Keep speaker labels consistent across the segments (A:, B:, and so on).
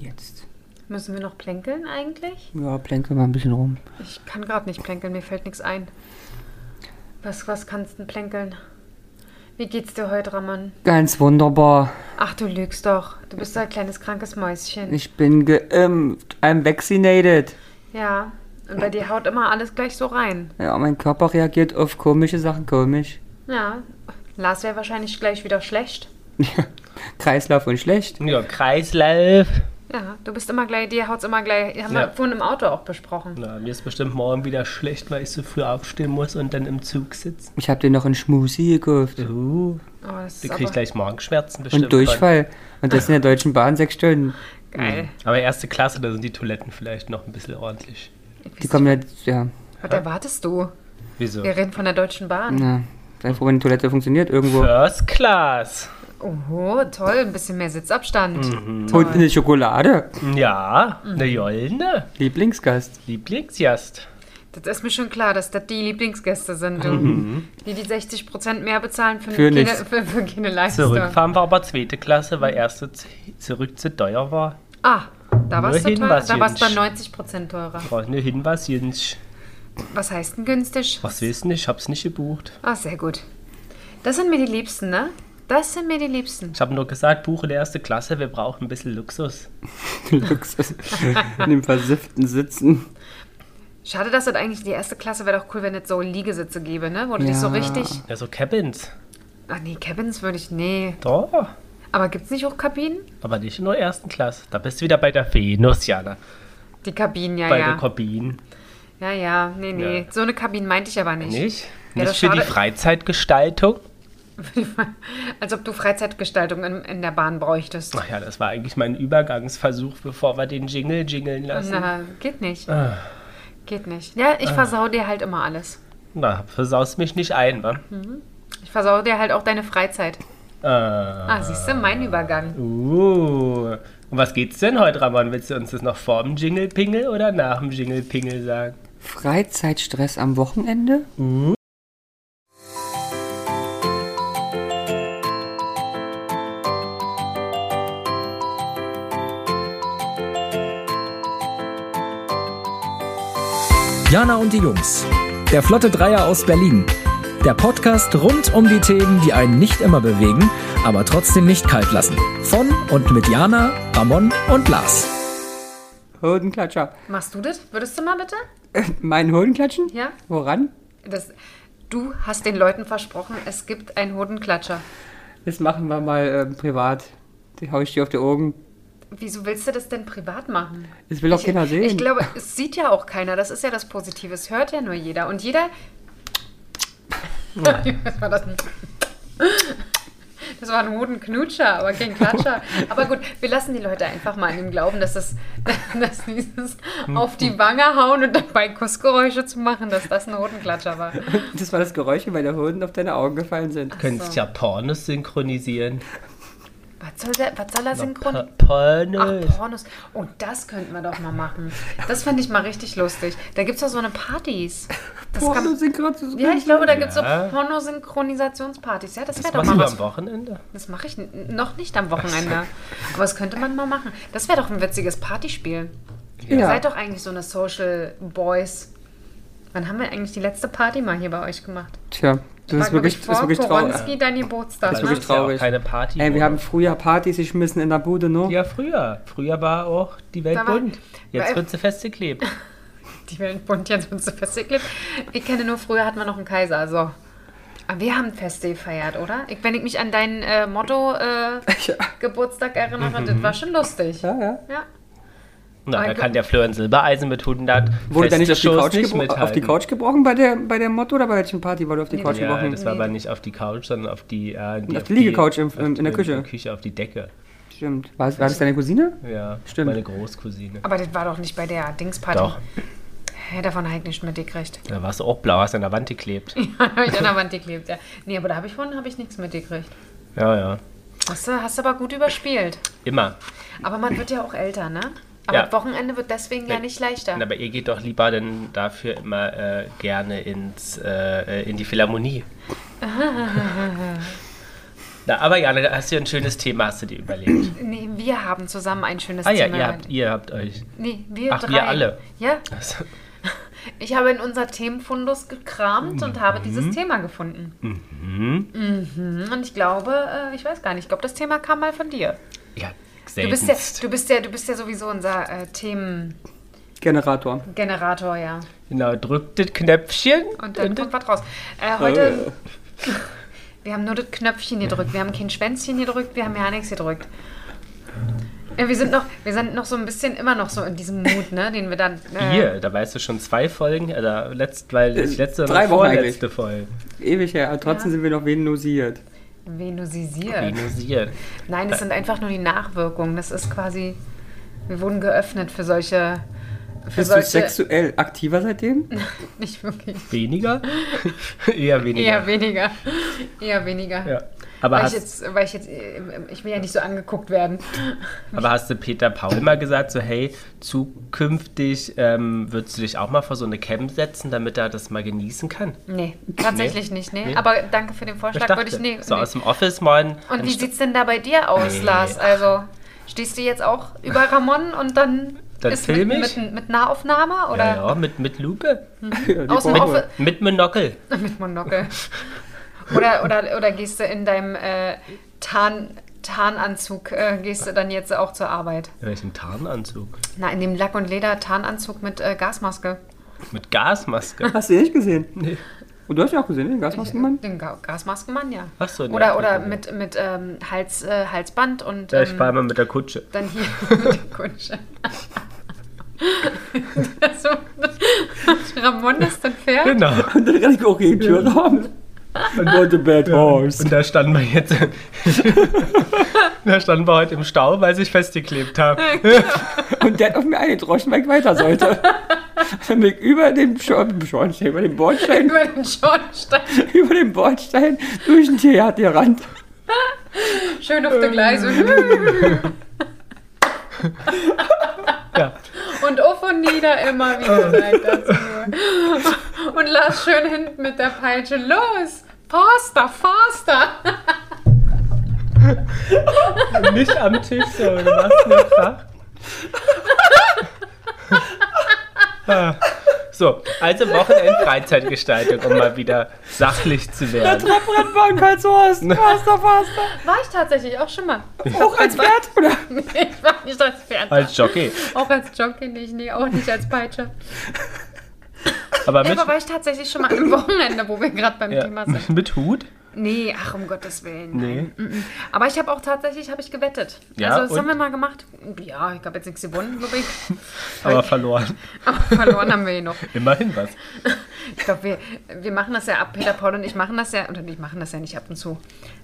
A: sitzt. Müssen wir noch plänkeln eigentlich?
B: Ja, plänkel mal ein bisschen rum.
A: Ich kann gerade nicht plänkeln, mir fällt nichts ein. Was, was kannst du plänkeln? Wie geht's dir heute, Ramon?
B: Ganz wunderbar.
A: Ach, du lügst doch. Du bist ein kleines krankes Mäuschen.
B: Ich bin geimpft. I'm vaccinated.
A: Ja, und bei dir haut immer alles gleich so rein.
B: Ja, mein Körper reagiert auf komische Sachen komisch.
A: Ja, Lars wäre wahrscheinlich gleich wieder schlecht.
B: Kreislauf und schlecht.
C: Ja, Kreislauf.
A: Ja, du bist immer gleich, dir haut's immer gleich. Haben
C: Ja.
A: wir vorhin im Auto auch besprochen.
C: Na, mir ist bestimmt morgen wieder schlecht, weil ich so früh aufstehen muss und dann im Zug sitze.
B: Ich hab dir noch einen Schmusi gekauft.
C: Uh,
A: Oh, das
C: du
A: ist
C: kriegst
A: aber
C: gleich Magenschmerzen bestimmt.
B: Und Durchfall. Und das in der Deutschen Bahn sechs Stunden.
A: geil.
C: Aber erste Klasse, da sind die Toiletten vielleicht noch ein bisschen ordentlich.
B: Die kommen ja, ja,
A: Was erwartest du?
C: Wieso?
A: Wir reden von der Deutschen Bahn.
B: ja. Sei froh, wenn die Toilette funktioniert irgendwo.
C: First Class.
A: Oho, toll, ein bisschen mehr Sitzabstand.
B: Und eine Schokolade.
A: Mhm.
C: Ja, eine Jollne.
B: Lieblingsgast.
C: Lieblingsgast.
A: Das ist mir schon klar, dass das die Lieblingsgäste sind, du.
C: Mhm.
A: die die 60% mehr bezahlen für,
B: Für
A: keine,
B: nichts.
A: für, für keine Leistung.
C: Zurückfahren war aber zweite Klasse, weil erste z- zurück zu teuer war.
A: Ah, da war's du
C: Wohin
A: teurer.
C: war's
A: Da war's dann
C: Jens?
A: 90% teurer.
C: Brauch nur Hinweis, Jens.
A: Was heißt denn günstig?
C: Was willst du nicht? Ich hab's nicht gebucht.
A: Ah, sehr gut. Das sind mir die Liebsten, ne? Das sind mir die Liebsten.
C: Ich habe nur gesagt, buche die erste Klasse, wir brauchen ein bisschen Luxus.
B: Luxus. In dem versifften Sitzen.
A: Schade, dass das eigentlich die erste Klasse wäre doch cool, wenn es so Liegesitze gäbe, ne? Wo du dich so
B: Ja.
A: richtig.
C: Ja, so Cabins.
A: Ach nee, Cabins würde ich. Nee.
C: Doch.
A: Aber gibt's nicht auch Kabinen?
C: Aber nicht in der ersten Klasse. Da bist du wieder bei der Venus, Jana.
A: Die Kabinen, ja,
C: bei
A: Ah, ja.
C: den Kabinen.
A: Ja, ja. Nee, nee.
C: Ja.
A: So eine Kabine meinte ich aber nicht.
C: Nicht?
A: Ja, das
C: nicht für die
A: schade.
C: Freizeitgestaltung.
A: Als ob du Freizeitgestaltung in, in der Bahn bräuchtest.
C: Ach ja, das war eigentlich mein Übergangsversuch, bevor wir den Jingle jingeln lassen. Na,
A: Na, geht nicht. Geht nicht. Ja, ich versau dir halt immer alles.
C: versaust mich nicht ein, wa?
A: Ich versau dir halt auch deine Freizeit.
C: Äh,
A: Ah, siehst du, mein Übergang.
C: uh. Und was geht's denn heute, Ramon? Willst du uns das noch vor dem Jingle-Pingel oder nach dem Jingle-Pingel sagen?
B: Freizeitstress am Wochenende?
D: Jana und die Jungs. Der Flotte Dreier aus Berlin. Der Podcast rund um die Themen, die einen nicht immer bewegen, aber trotzdem nicht kalt lassen. Von und mit Jana, Ramon und Lars.
B: Hodenklatscher.
A: Machst du das? Würdest du mal bitte?
B: Äh, Mein Hodenklatschen?
A: Ja.
B: Woran?
A: Das, du hast den Leuten versprochen, es gibt einen Hodenklatscher.
B: Das machen wir mal ähm, privat. Die hau ich dir auf die Augen.
A: Wieso willst du das denn privat machen?
B: Das will auch keiner sehen.
A: Ich glaube, es sieht ja auch keiner. Das ist ja das Positive. Es hört ja nur jeder. Und jeder. Was war das? Das war ein Hodenknutscher, aber kein Klatscher. Aber gut, wir lassen die Leute einfach mal an ihm glauben, dass das, dass dieses auf die Wange hauen und dabei Kussgeräusche zu machen, dass das ein Hodenklatscher war.
B: Das war das Geräusch, wenn der Hoden auf deine Augen gefallen sind.
C: Könntest ja Pornos synchronisieren.
A: Was soll, der, was soll er synchron?
C: Por- Pornos.
A: Ach, Pornos. Oh, das könnten wir doch mal machen. Das fände ich mal richtig lustig. Da gibt es doch so eine Partys. Das kann-
B: Oh, Pornosynchron-
A: ja, ich glaube, da gibt es
C: Ja.
A: so Pornosynchronisationspartys. Ja, das wäre
C: das
A: doch
C: machen
A: mal
C: wir
A: was.
C: am Wochenende.
A: Das mache ich n- noch nicht am Wochenende. Aber das könnte man mal machen. Das wäre doch ein witziges Partyspiel. Ihr
B: Ja.
A: seid doch eigentlich so eine Social Boys. Wann haben wir eigentlich die letzte Party mal hier bei euch gemacht?
B: Tja, das ist
A: glaub ich,
B: wirklich, das ist wirklich traurig.
A: Koronski, dein Geburtstag.
B: Das ist
A: ne?
B: wirklich
C: ist ja auch
B: traurig.
C: keine Party.
B: Ey, wir
C: wo-
B: haben früher Partys geschmissen in der Bude, ne?
C: Ja, früher. Früher war auch die Welt
A: Da war-
C: bunt.
A: weil-
C: Jetzt wird sie festgeklebt.
A: Die Wellenbund jetzt mit so festgeklebt. Ich kenne nur, früher hatten wir noch einen Kaiser, so. Aber wir haben Feste gefeiert, oder? Ich, wenn ich mich an dein äh, Motto äh, Geburtstag erinnere, das
C: Mhm.
A: war schon lustig.
B: Ja, ja.
A: Ja.
C: Na, da
A: Danke.
C: kann der Florian Silbereisen mit 100
B: Wurde da nicht, auf die,
C: Shows
B: Couch gebro- auf die
C: mithalten.
B: Couch gebrochen bei der, bei der Motto oder bei welchen Party? Wurde auf die Couch
C: Ja,
B: gebrochen?
C: das war aber nicht auf die Couch, sondern auf die... Äh,
B: Auf die Liegecouch im- in der Küche.
C: In der Küche, auf die Decke.
B: Stimmt. War, war das deine Cousine?
C: Ja,
B: Stimmt.
C: meine Großcousine.
A: Aber das war doch nicht bei der Dingsparty.
C: Doch,
A: Hä, davon habe ich nicht mitgekriegt.
C: da warst du auch blau, hast an der Wand geklebt.
A: da habe ich an der Wand geklebt, ja. Nee, aber da habe ich von hab ich nichts mitgekriegt.
C: Ja, ja.
A: Hast du, hast du aber gut überspielt.
C: Immer.
A: Aber man wird ja auch älter, ne? Aber
C: Ja.
A: das Wochenende wird deswegen ja nicht leichter.
C: Aber ihr geht doch lieber dann dafür immer äh, gerne ins, äh, in die Philharmonie. Na, aber Jana, da hast du ja ein schönes Thema, hast du dir überlegt.
A: Nee, wir haben zusammen ein schönes
C: Ah ja,
A: Thema.
C: ihr habt, ihr habt euch.
A: nee, wir
C: Ach,
A: drei.
C: wir alle.
A: Ja,
C: Also,
A: ich habe in unser Themenfundus gekramt und habe dieses Thema gefunden. Mhm. Und ich glaube, äh, ich weiß gar nicht, ich glaube, das Thema kam mal von dir.
C: ja,
A: Du
C: seltenst.
A: bist, ja, du, bist ja, du bist ja sowieso unser äh, Themengenerator,
B: Generator.
A: ja.
C: Genau, drückt das Knöpfchen
A: Und dann kommt was raus. Äh, heute, wir haben nur das Knöpfchen gedrückt, wir haben kein Schwänzchen gedrückt, wir haben ja nichts gedrückt. Ja, wir, sind noch, wir sind noch so ein bisschen immer noch so in diesem Mut, ne, den wir dann. Äh,
C: Hier, da weißt du schon zwei Folgen, also letzt, weil das
B: Äh,
C: letzte
B: drei
C: oder
B: Wochen
C: vorletzte Folge.
B: Ewig her, aber trotzdem sind wir noch venosiert.
A: Venusisiert.
C: Venusiert.
A: Nein, das sind einfach nur die Nachwirkungen. Das ist quasi. Wir wurden geöffnet für solche. Für
B: Bist du
A: solche.
B: sexuell aktiver seitdem?
A: Nicht wirklich.
C: Weniger? Eher weniger.
A: Eher weniger. Eher weniger.
C: ja. aber,
A: weil, ich
C: hast,
A: jetzt, weil ich jetzt. äh, Ich will ja nicht so angeguckt werden.
C: aber hast du Peter Paul mal gesagt, so hey, zukünftig ähm, würdest du dich auch mal vor so eine Cam setzen, damit er das mal genießen kann?
A: Nee, tatsächlich nicht. Nee.
C: Nee.
A: Aber danke für den
C: Ich
A: Vorschlag.
C: dachte,
A: Würde ich. Nee,
C: so
A: nee.
C: aus dem Office morgen.
A: Und
C: dann
A: wie
C: st-
A: sieht's denn da bei dir aus,
C: Nee.
A: Lars? Also, stehst du jetzt auch über Ramon und dann.
C: Dann
A: ist
C: film
A: mit,
C: ich?
A: Mit, mit Nahaufnahme oder
C: ja, ja, mit, mit Lupe,
B: Ja, die
A: aus dem
B: Bombe.
A: Office?
C: mit Monokel.
A: Mit Monokel. Oder, oder, oder gehst du in deinem äh, Tarn, Tarnanzug, äh, gehst du dann jetzt auch zur Arbeit?
C: In welchem Tarnanzug?
A: Na, in dem Lack- und Leder-Tarnanzug mit äh, Gasmaske.
C: Mit Gasmaske.
B: Hast du den nicht gesehen? Nee. Und du hast ihn auch gesehen, ne? den Gasmaskenmann?
A: Den Ga Gasmaskenmann, ja.
C: Ach so,
A: Oder,
C: ja,
A: oder
C: ja.
A: mit, mit ähm, Hals, äh, Halsband und
C: Ja,
A: ähm,
C: ich fahre mal mit der Kutsche.
A: dann hier mit der Kutsche. Das war- Ramon ist ein Pferd.
C: Genau.
B: Und dann renn ich auch gegen die Tür raus. Und wollte Bad Horse.
C: Und da standen wir jetzt. da standen wir heute im Stau, weil sie sich festgeklebt haben.
B: Und der hat auf mir eingedroschen, weil ich weiter sollte. Dann bin ich über den Schor- Schornstein, über den Bordstein,
A: Über den Schornstein.
B: über den Bordstein durch den Tiergarten gerannt.
A: Schön auf der Gleise.
C: Ja.
A: Und auf und nieder immer wieder sagt das nur. Und Lars schön hinten mit der Peitsche. Los! Faster, faster!
C: Nicht am Tisch, so. Du machst nur Krach. Ah. So, also Wochenend-Freizeitgestaltung, um mal wieder sachlich zu
B: Der
C: werden.
B: Trabrennbahn Karlshorst. Faster, faster.
A: War ich tatsächlich auch schon mal.
B: Auch als Pferd, oder?
A: Ich war nicht als Pferd.
C: Als Jockey.
A: Auch als Jockey nicht, nee, auch nicht als Peitsche.
C: Aber
A: Ey,
C: mit,
A: Aber war ich tatsächlich schon mal am Wochenende, wo wir gerade beim
C: ja,
A: Thema sind.
C: mit Hut?
A: Nee, ach um Gottes Willen.
C: Nee.
A: Aber ich habe auch tatsächlich, habe ich gewettet.
C: Ja,
A: also das
C: und?
A: haben wir mal gemacht. Ja, ich habe jetzt nichts gewonnen, glaube ich.
C: Aber verloren.
A: Aber verloren haben wir hier noch.
C: Immerhin was.
A: Ich glaube, wir, wir machen das ja ab. Peter, Paul und ich machen das ja, oder ich machen das ja nicht ab und zu.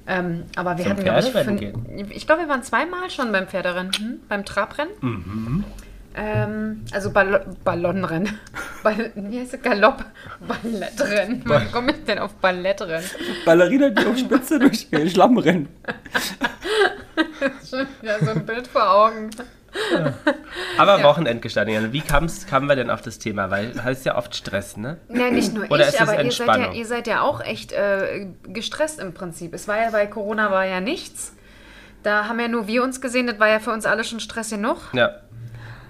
A: Ähm, aber wir
C: Zum
A: hatten, glaube ich,
C: Pferderennen
A: fünf, ich glaube, wir waren zweimal schon beim Pferderennen, hm? beim Trabrennen.
C: Mhm.
A: Ähm, also Ball Ballonrennen. Ball wie heißt es? Galopp. Ballettrennen. Wann komme ich denn auf Ballettrennen?
B: Ballerina, die auf Spitze durch den Schlamm rennen.
A: Schon wieder so ein Bild vor Augen.
C: Aber Wochenendgestaltung, Jana, wie kam's, kamen wir denn auf das Thema? Weil das heißt ja oft Stress, ne?
A: Ja, nicht nur
C: Oder ist
A: ich,
C: es
A: aber ihr seid, ja,
C: Entspannung?
A: ihr seid ja auch echt äh, gestresst im Prinzip. Es war ja bei Corona war ja nichts. Da haben ja nur wir uns gesehen, das war ja für uns alle schon Stress genug.
C: Ja.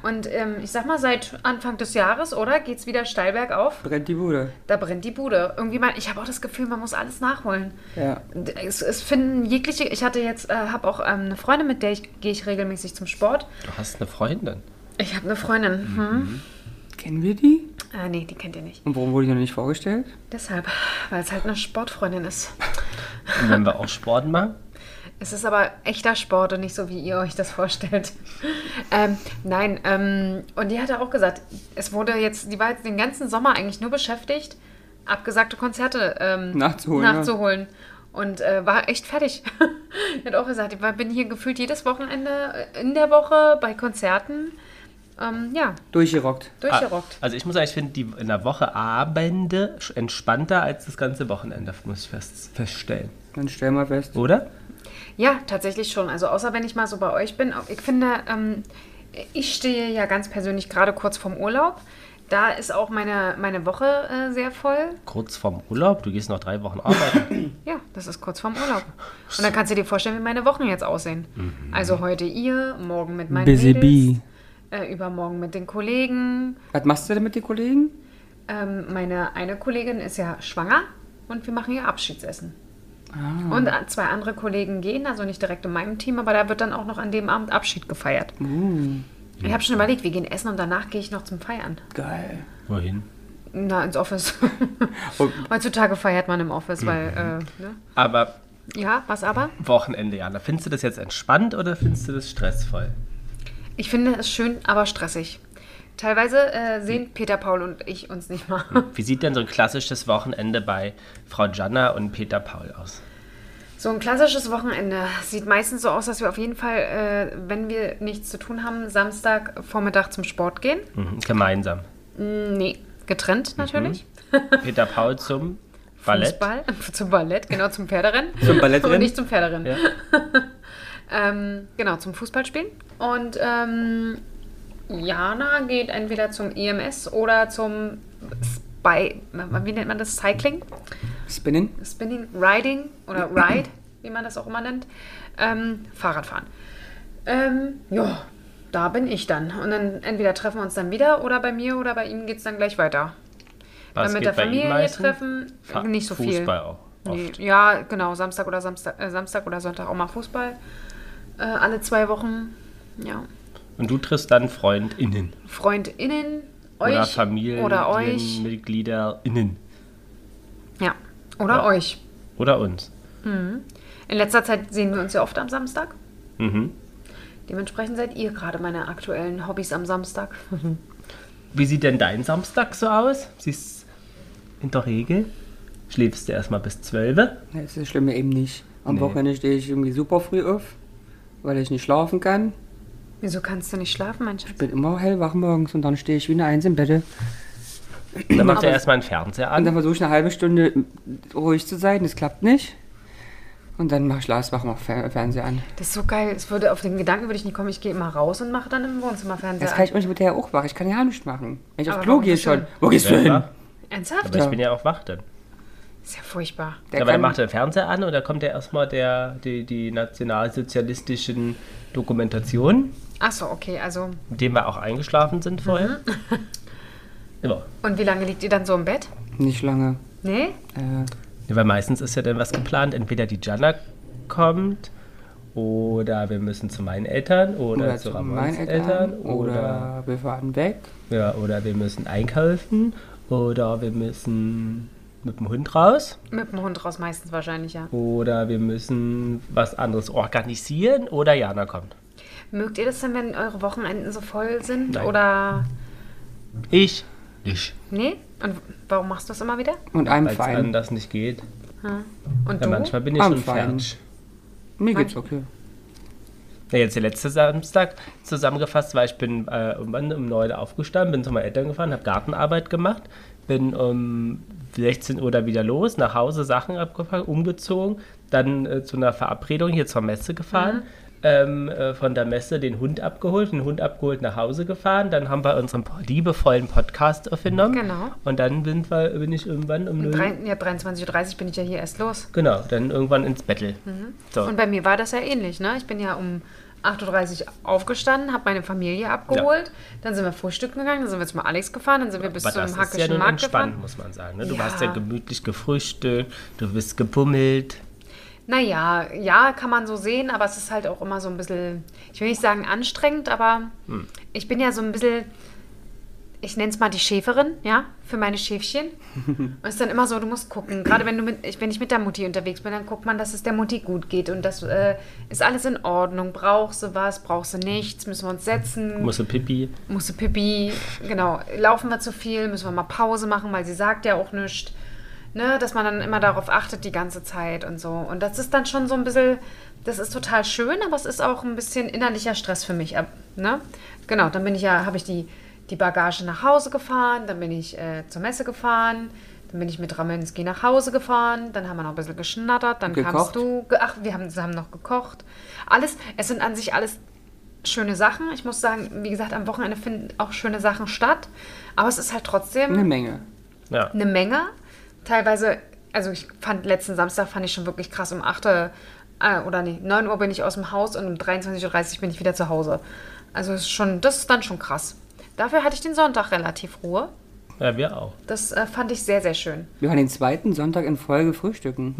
A: Und ähm, ich sag mal, seit Anfang des Jahres, oder? Geht's wieder steil bergauf.
B: Brennt die Bude.
A: Da brennt die Bude. Irgendwie mal, ich habe auch das Gefühl, man muss alles nachholen.
B: Ja.
A: Es, es finden jegliche, ich hatte jetzt, äh, habe auch ähm, eine Freundin, mit der ich gehe ich regelmäßig zum Sport.
C: Du hast eine Freundin.
A: Ich habe eine Freundin. Hm?
B: Kennen wir die?
A: Äh, nee, die kennt ihr nicht.
B: Und warum wurde ich noch nicht vorgestellt?
A: Deshalb, weil es halt eine Sportfreundin ist.
C: Und wenn wir auch Sport machen?
A: Es ist aber echter Sport und nicht so, wie ihr euch das vorstellt. ähm, nein, ähm, und die hatte auch gesagt, es wurde jetzt, die war jetzt den ganzen Sommer eigentlich nur beschäftigt, abgesagte Konzerte ähm,
B: Nachzuholen, ja.
A: nachzuholen. Und äh, war echt fertig. die hat auch gesagt, ich war- bin hier gefühlt jedes Wochenende äh, in der Woche bei Konzerten. Ähm, ja,
B: Durchgerockt.
A: durchgerockt.
C: Ah, also ich muss sagen, ich finde die in der Woche Abende sch- entspannter als das ganze Wochenende, muss ich fest, feststellen.
B: Dann stell mal fest.
C: Oder?
A: Ja, tatsächlich schon. Also außer wenn ich mal so bei euch bin. Ich finde, ähm, ich stehe ja ganz persönlich gerade kurz vorm Urlaub. Da ist auch meine, meine Woche äh, sehr voll.
C: Kurz vorm Urlaub, du gehst noch drei Wochen arbeiten.
A: Ja, das ist kurz vorm Urlaub. Und dann kannst du dir vorstellen, wie meine Wochen jetzt aussehen. Also heute ihr, morgen mit meinen
B: Busy
A: Mädels, äh, übermorgen mit den Kollegen.
B: Was machst du denn mit den Kollegen?
A: Ähm, meine eine Kollegin ist ja schwanger und wir machen ihr Abschiedsessen. Und äh, zwei andere Kollegen gehen, also nicht direkt in meinem Team, aber da wird dann auch noch an dem Abend Abschied gefeiert. Ich habe schon überlegt, wir gehen essen und danach gehe ich noch zum Feiern.
B: Geil.
C: Wohin?
A: Na, ins Office. Heutzutage feiert man im Office, weil, äh, ne?
C: Aber
A: Ja, was aber?
C: Wochenende, Jana. Findest du das jetzt entspannt oder findest du das stressvoll?
A: Ich finde es schön, aber stressig. Teilweise äh, sehen Peter, Paul und ich uns nicht mal.
C: Wie sieht denn so ein klassisches Wochenende bei Frau Janna und Peter Paul aus?
A: So ein klassisches Wochenende sieht meistens so aus, dass wir auf jeden Fall, äh, wenn wir nichts zu tun haben, Samstag Vormittag zum Sport gehen. Hm,
C: Mhm. Gemeinsam.
A: Nee, getrennt natürlich.
C: Peter Paul zum Mhm. Ballett.
A: Fußball, zum Ballett, genau, zum Pferderennen.
B: Zum Ballettrennen?
A: Und nicht zum Pferderennen.
C: Ja.
A: ähm, genau, zum Fußballspielen. Und ähm, Jana geht entweder zum EMS oder zum Spy, wie nennt man das? Cycling?
B: Spinnen?
A: Spinning, Riding oder Ride, wie man das auch immer nennt, ähm, Fahrradfahren. Ähm, ja, da bin ich dann. Und dann entweder treffen wir uns dann wieder oder bei mir oder bei ihm geht es dann gleich weiter.
C: Was
A: dann mit
C: geht
A: der
C: bei ihm
A: Familie
C: meistens?
A: treffen,
C: Fa-
A: nicht so viel.
C: Fußball auch.
A: Nee,
C: Oft.
A: ja, genau, Samstag oder Samstag, äh, Samstag oder Sonntag auch mal Fußball. Äh, alle zwei Wochen, ja.
C: Und du triffst dann FreundInnen
A: FreundInnen, euch
C: oder Familien,
A: oder euch.
C: MitgliederInnen
A: Ja, oder
C: Ja.
A: euch.
C: oder uns.
A: In letzter Zeit sehen wir uns ja oft am Samstag.
C: Mhm.
A: Dementsprechend seid ihr gerade meine aktuellen Hobbys am Samstag.
C: Wie sieht denn dein Samstag so aus? Siehst in der Regel schläfst du erstmal bis 12.
B: Ja, Das ist schlimm ja eben nicht. Am
C: Nee.
B: Wochenende stehe ich irgendwie super früh auf, weil ich nicht schlafen kann.
A: Wieso kannst du nicht schlafen, mein Schatz?
B: Bin immer hellwach morgens und dann stehe ich wie eine Eins im Bett.
C: Dann machst du erstmal einen Fernseher
B: Und
C: an.
B: dann versuche ich eine halbe Stunde ruhig zu sein, das klappt nicht. Und dann mache ich Lars wach mal Fer- Fernseher an.
A: Das ist so geil. Es würde auf den Gedanken würde ich nicht kommen, ich gehe immer raus und mache dann im Wohnzimmer Fernseher.
B: Das kann
A: an.
B: ich auch nicht mit der auch wach, ich kann ja nichts machen. Wenn ich aufs
A: Aber
B: Klo
A: warum
B: gehe
A: bist du
B: schon. Wo gehst du hin?
C: Aber
A: Ernsthaft?
C: ich bin ja auch wach dann.
A: Ist ja furchtbar.
B: Der
C: aber dann
B: kann-
C: macht er den Fernseher an und da kommt ja erstmal der, die, die nationalsozialistischen Dokumentationen,
A: Achso, okay, also.
C: mit denen wir auch eingeschlafen sind vorher.
A: Mhm.
C: ja.
A: Und wie lange liegt ihr dann so im Bett?
B: Nicht lange.
A: Nee?
B: Äh,
C: Ja, weil meistens ist ja dann was geplant. Entweder die Jana kommt oder wir müssen zu meinen Eltern oder,
B: oder
C: zu
B: zu
C: Ramons
B: meinen
C: Eltern,
B: Eltern. Oder wir fahren weg.
C: ja, oder wir müssen einkaufen oder wir müssen mit dem Hund raus
A: Mit dem Hund raus meistens wahrscheinlich, ja.
C: oder wir müssen was anderes organisieren oder Jana kommt.
A: Mögt ihr das denn, wenn eure Wochenenden so voll sind?
C: Nein.
A: Oder.
C: Ich nicht,
A: Nee? Und warum machst du das immer wieder? Hm.
B: Und einem
C: weil es
B: Verein.
C: anders nicht geht.
A: Und
C: Ja,
A: du?
C: manchmal bin ich
B: Am
C: schon
B: Verein.
C: fertig.
B: Mir geht's okay.
C: Ja, jetzt der letzte Samstag zusammengefasst, weil ich bin äh, irgendwann um 9 Uhr aufgestanden, bin zu meinen Eltern gefahren, habe Gartenarbeit gemacht, bin um 16 Uhr da wieder los, nach Hause Sachen abgefahren, umgezogen, dann äh, zu einer Verabredung hier zur Messe
A: Mhm.
C: gefahren. Ähm, äh, von der Messe den Hund abgeholt, den Hund abgeholt, nach Hause gefahren. Dann haben wir unseren po- liebevollen Podcast aufgenommen.
A: Genau.
C: Und dann bin, wir, bin ich irgendwann um 0
A: Drei, ja, 23.30 Uhr bin ich ja hier erst los.
C: Genau, dann irgendwann ins Bettel.
A: Mhm.
C: So.
A: Und bei mir war das ja ähnlich, ne? Ich bin ja um 8.30 Uhr aufgestanden, habe meine Familie abgeholt, dann sind wir frühstücken gegangen, dann sind wir zum Alex gefahren, dann sind wir bis
C: Aber
A: zum
C: das ist ja
A: Hackischen
C: nun
A: Markt
C: entspannt,
A: gefahren.
C: muss man sagen. Ne? Du
A: Ja.
C: hast ja gemütlich gefrühstückt, du bist gebummelt.
A: Naja, ja, kann man so sehen, aber es ist halt auch immer so ein bisschen, ich will nicht sagen anstrengend, aber ich bin ja so ein bisschen, ich nenne es mal die Schäferin, ja, für meine Schäfchen. Und es ist dann immer so, du musst gucken. Gerade wenn du mit, ich, wenn ich mit der Mutti unterwegs bin, dann guckt man, dass es der Mutti gut geht und das äh, ist alles in Ordnung. Brauchst du was, brauchst du nichts, müssen wir uns setzen.
C: Musste Pipi.
A: musste Pipi, genau, laufen wir zu viel, müssen wir mal Pause machen, weil sie sagt ja auch nichts. Ne, dass man dann immer darauf achtet die ganze Zeit und so. Und das ist dann schon so ein bisschen, das ist total schön, aber es ist auch ein bisschen innerlicher Stress für mich. ab- Ne? Genau, dann bin ich ja, habe ich die, die Bagage nach Hause gefahren, dann bin ich äh, zur Messe gefahren, dann bin ich mit Ramenski nach Hause gefahren, dann haben wir noch ein bisschen geschnattert, dann
B: Gekocht.
A: kamst du, ge- ach, wir haben zusammen noch gekocht. Alles, es sind an sich alles schöne Sachen. Ich muss sagen, wie gesagt, am Wochenende finden auch schöne Sachen statt. Aber es ist halt trotzdem
B: Eine Menge.
C: Ja.
A: eine Menge. Teilweise, also ich fand letzten Samstag fand ich schon wirklich krass um 8 Uhr, äh, oder nee, 9 Uhr bin ich aus dem Haus und um 23.30 Uhr bin ich wieder zu Hause. Also es ist schon, das ist dann schon krass. Dafür hatte ich den Sonntag relativ Ruhe.
C: ja, wir auch.
A: Das äh, fand ich sehr, sehr schön.
B: Wir waren den zweiten Sonntag in Folge frühstücken.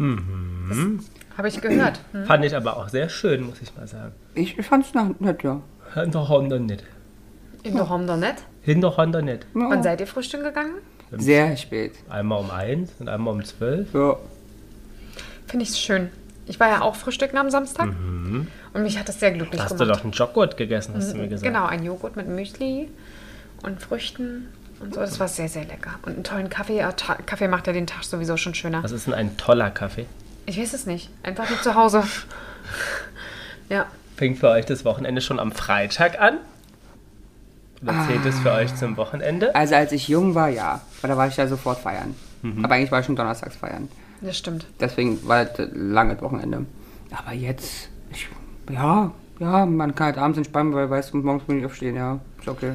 A: Habe ich gehört.
C: Fand ich aber auch sehr schön, muss ich mal sagen.
B: Ich fand's nach nett, ja.
C: Hinter Honda nicht.
A: In der Homder nicht.
C: Hinter Honda nicht.
B: Oh.
A: Wann seid ihr frühstücken gegangen?
B: Sehr spät.
C: Einmal um eins und einmal um zwölf.
B: Ja.
A: Finde ich schön. Ich war ja auch frühstücken am Samstag. Und mich hat das sehr glücklich
C: Mhm. Hast du
A: gemacht.
C: doch einen Joghurt gegessen, hast du mir gesagt.
A: Genau, ein Joghurt mit Müsli und Früchten und so. Das war sehr, sehr lecker. Und einen tollen Kaffee. Ah, Ta- Kaffee macht ja den Tag sowieso schon schöner.
C: Das ist denn ein toller Kaffee.
A: Ich weiß es nicht. Einfach nur zu Hause. Ja.
C: Fängt für euch das Wochenende schon am Freitag an? Oder zählt es
A: Ah.
C: für euch zum Wochenende?
B: Also als ich jung war, ja. Weil da war ich ja sofort feiern.
A: Mhm.
B: Aber eigentlich war ich schon donnerstags feiern.
A: Das stimmt.
B: Deswegen war das ein langes Wochenende. Aber jetzt, ich, ja, ja, man kann halt abends entspannen, weil weißt du, morgens muss ich aufstehen, ja. Ist okay.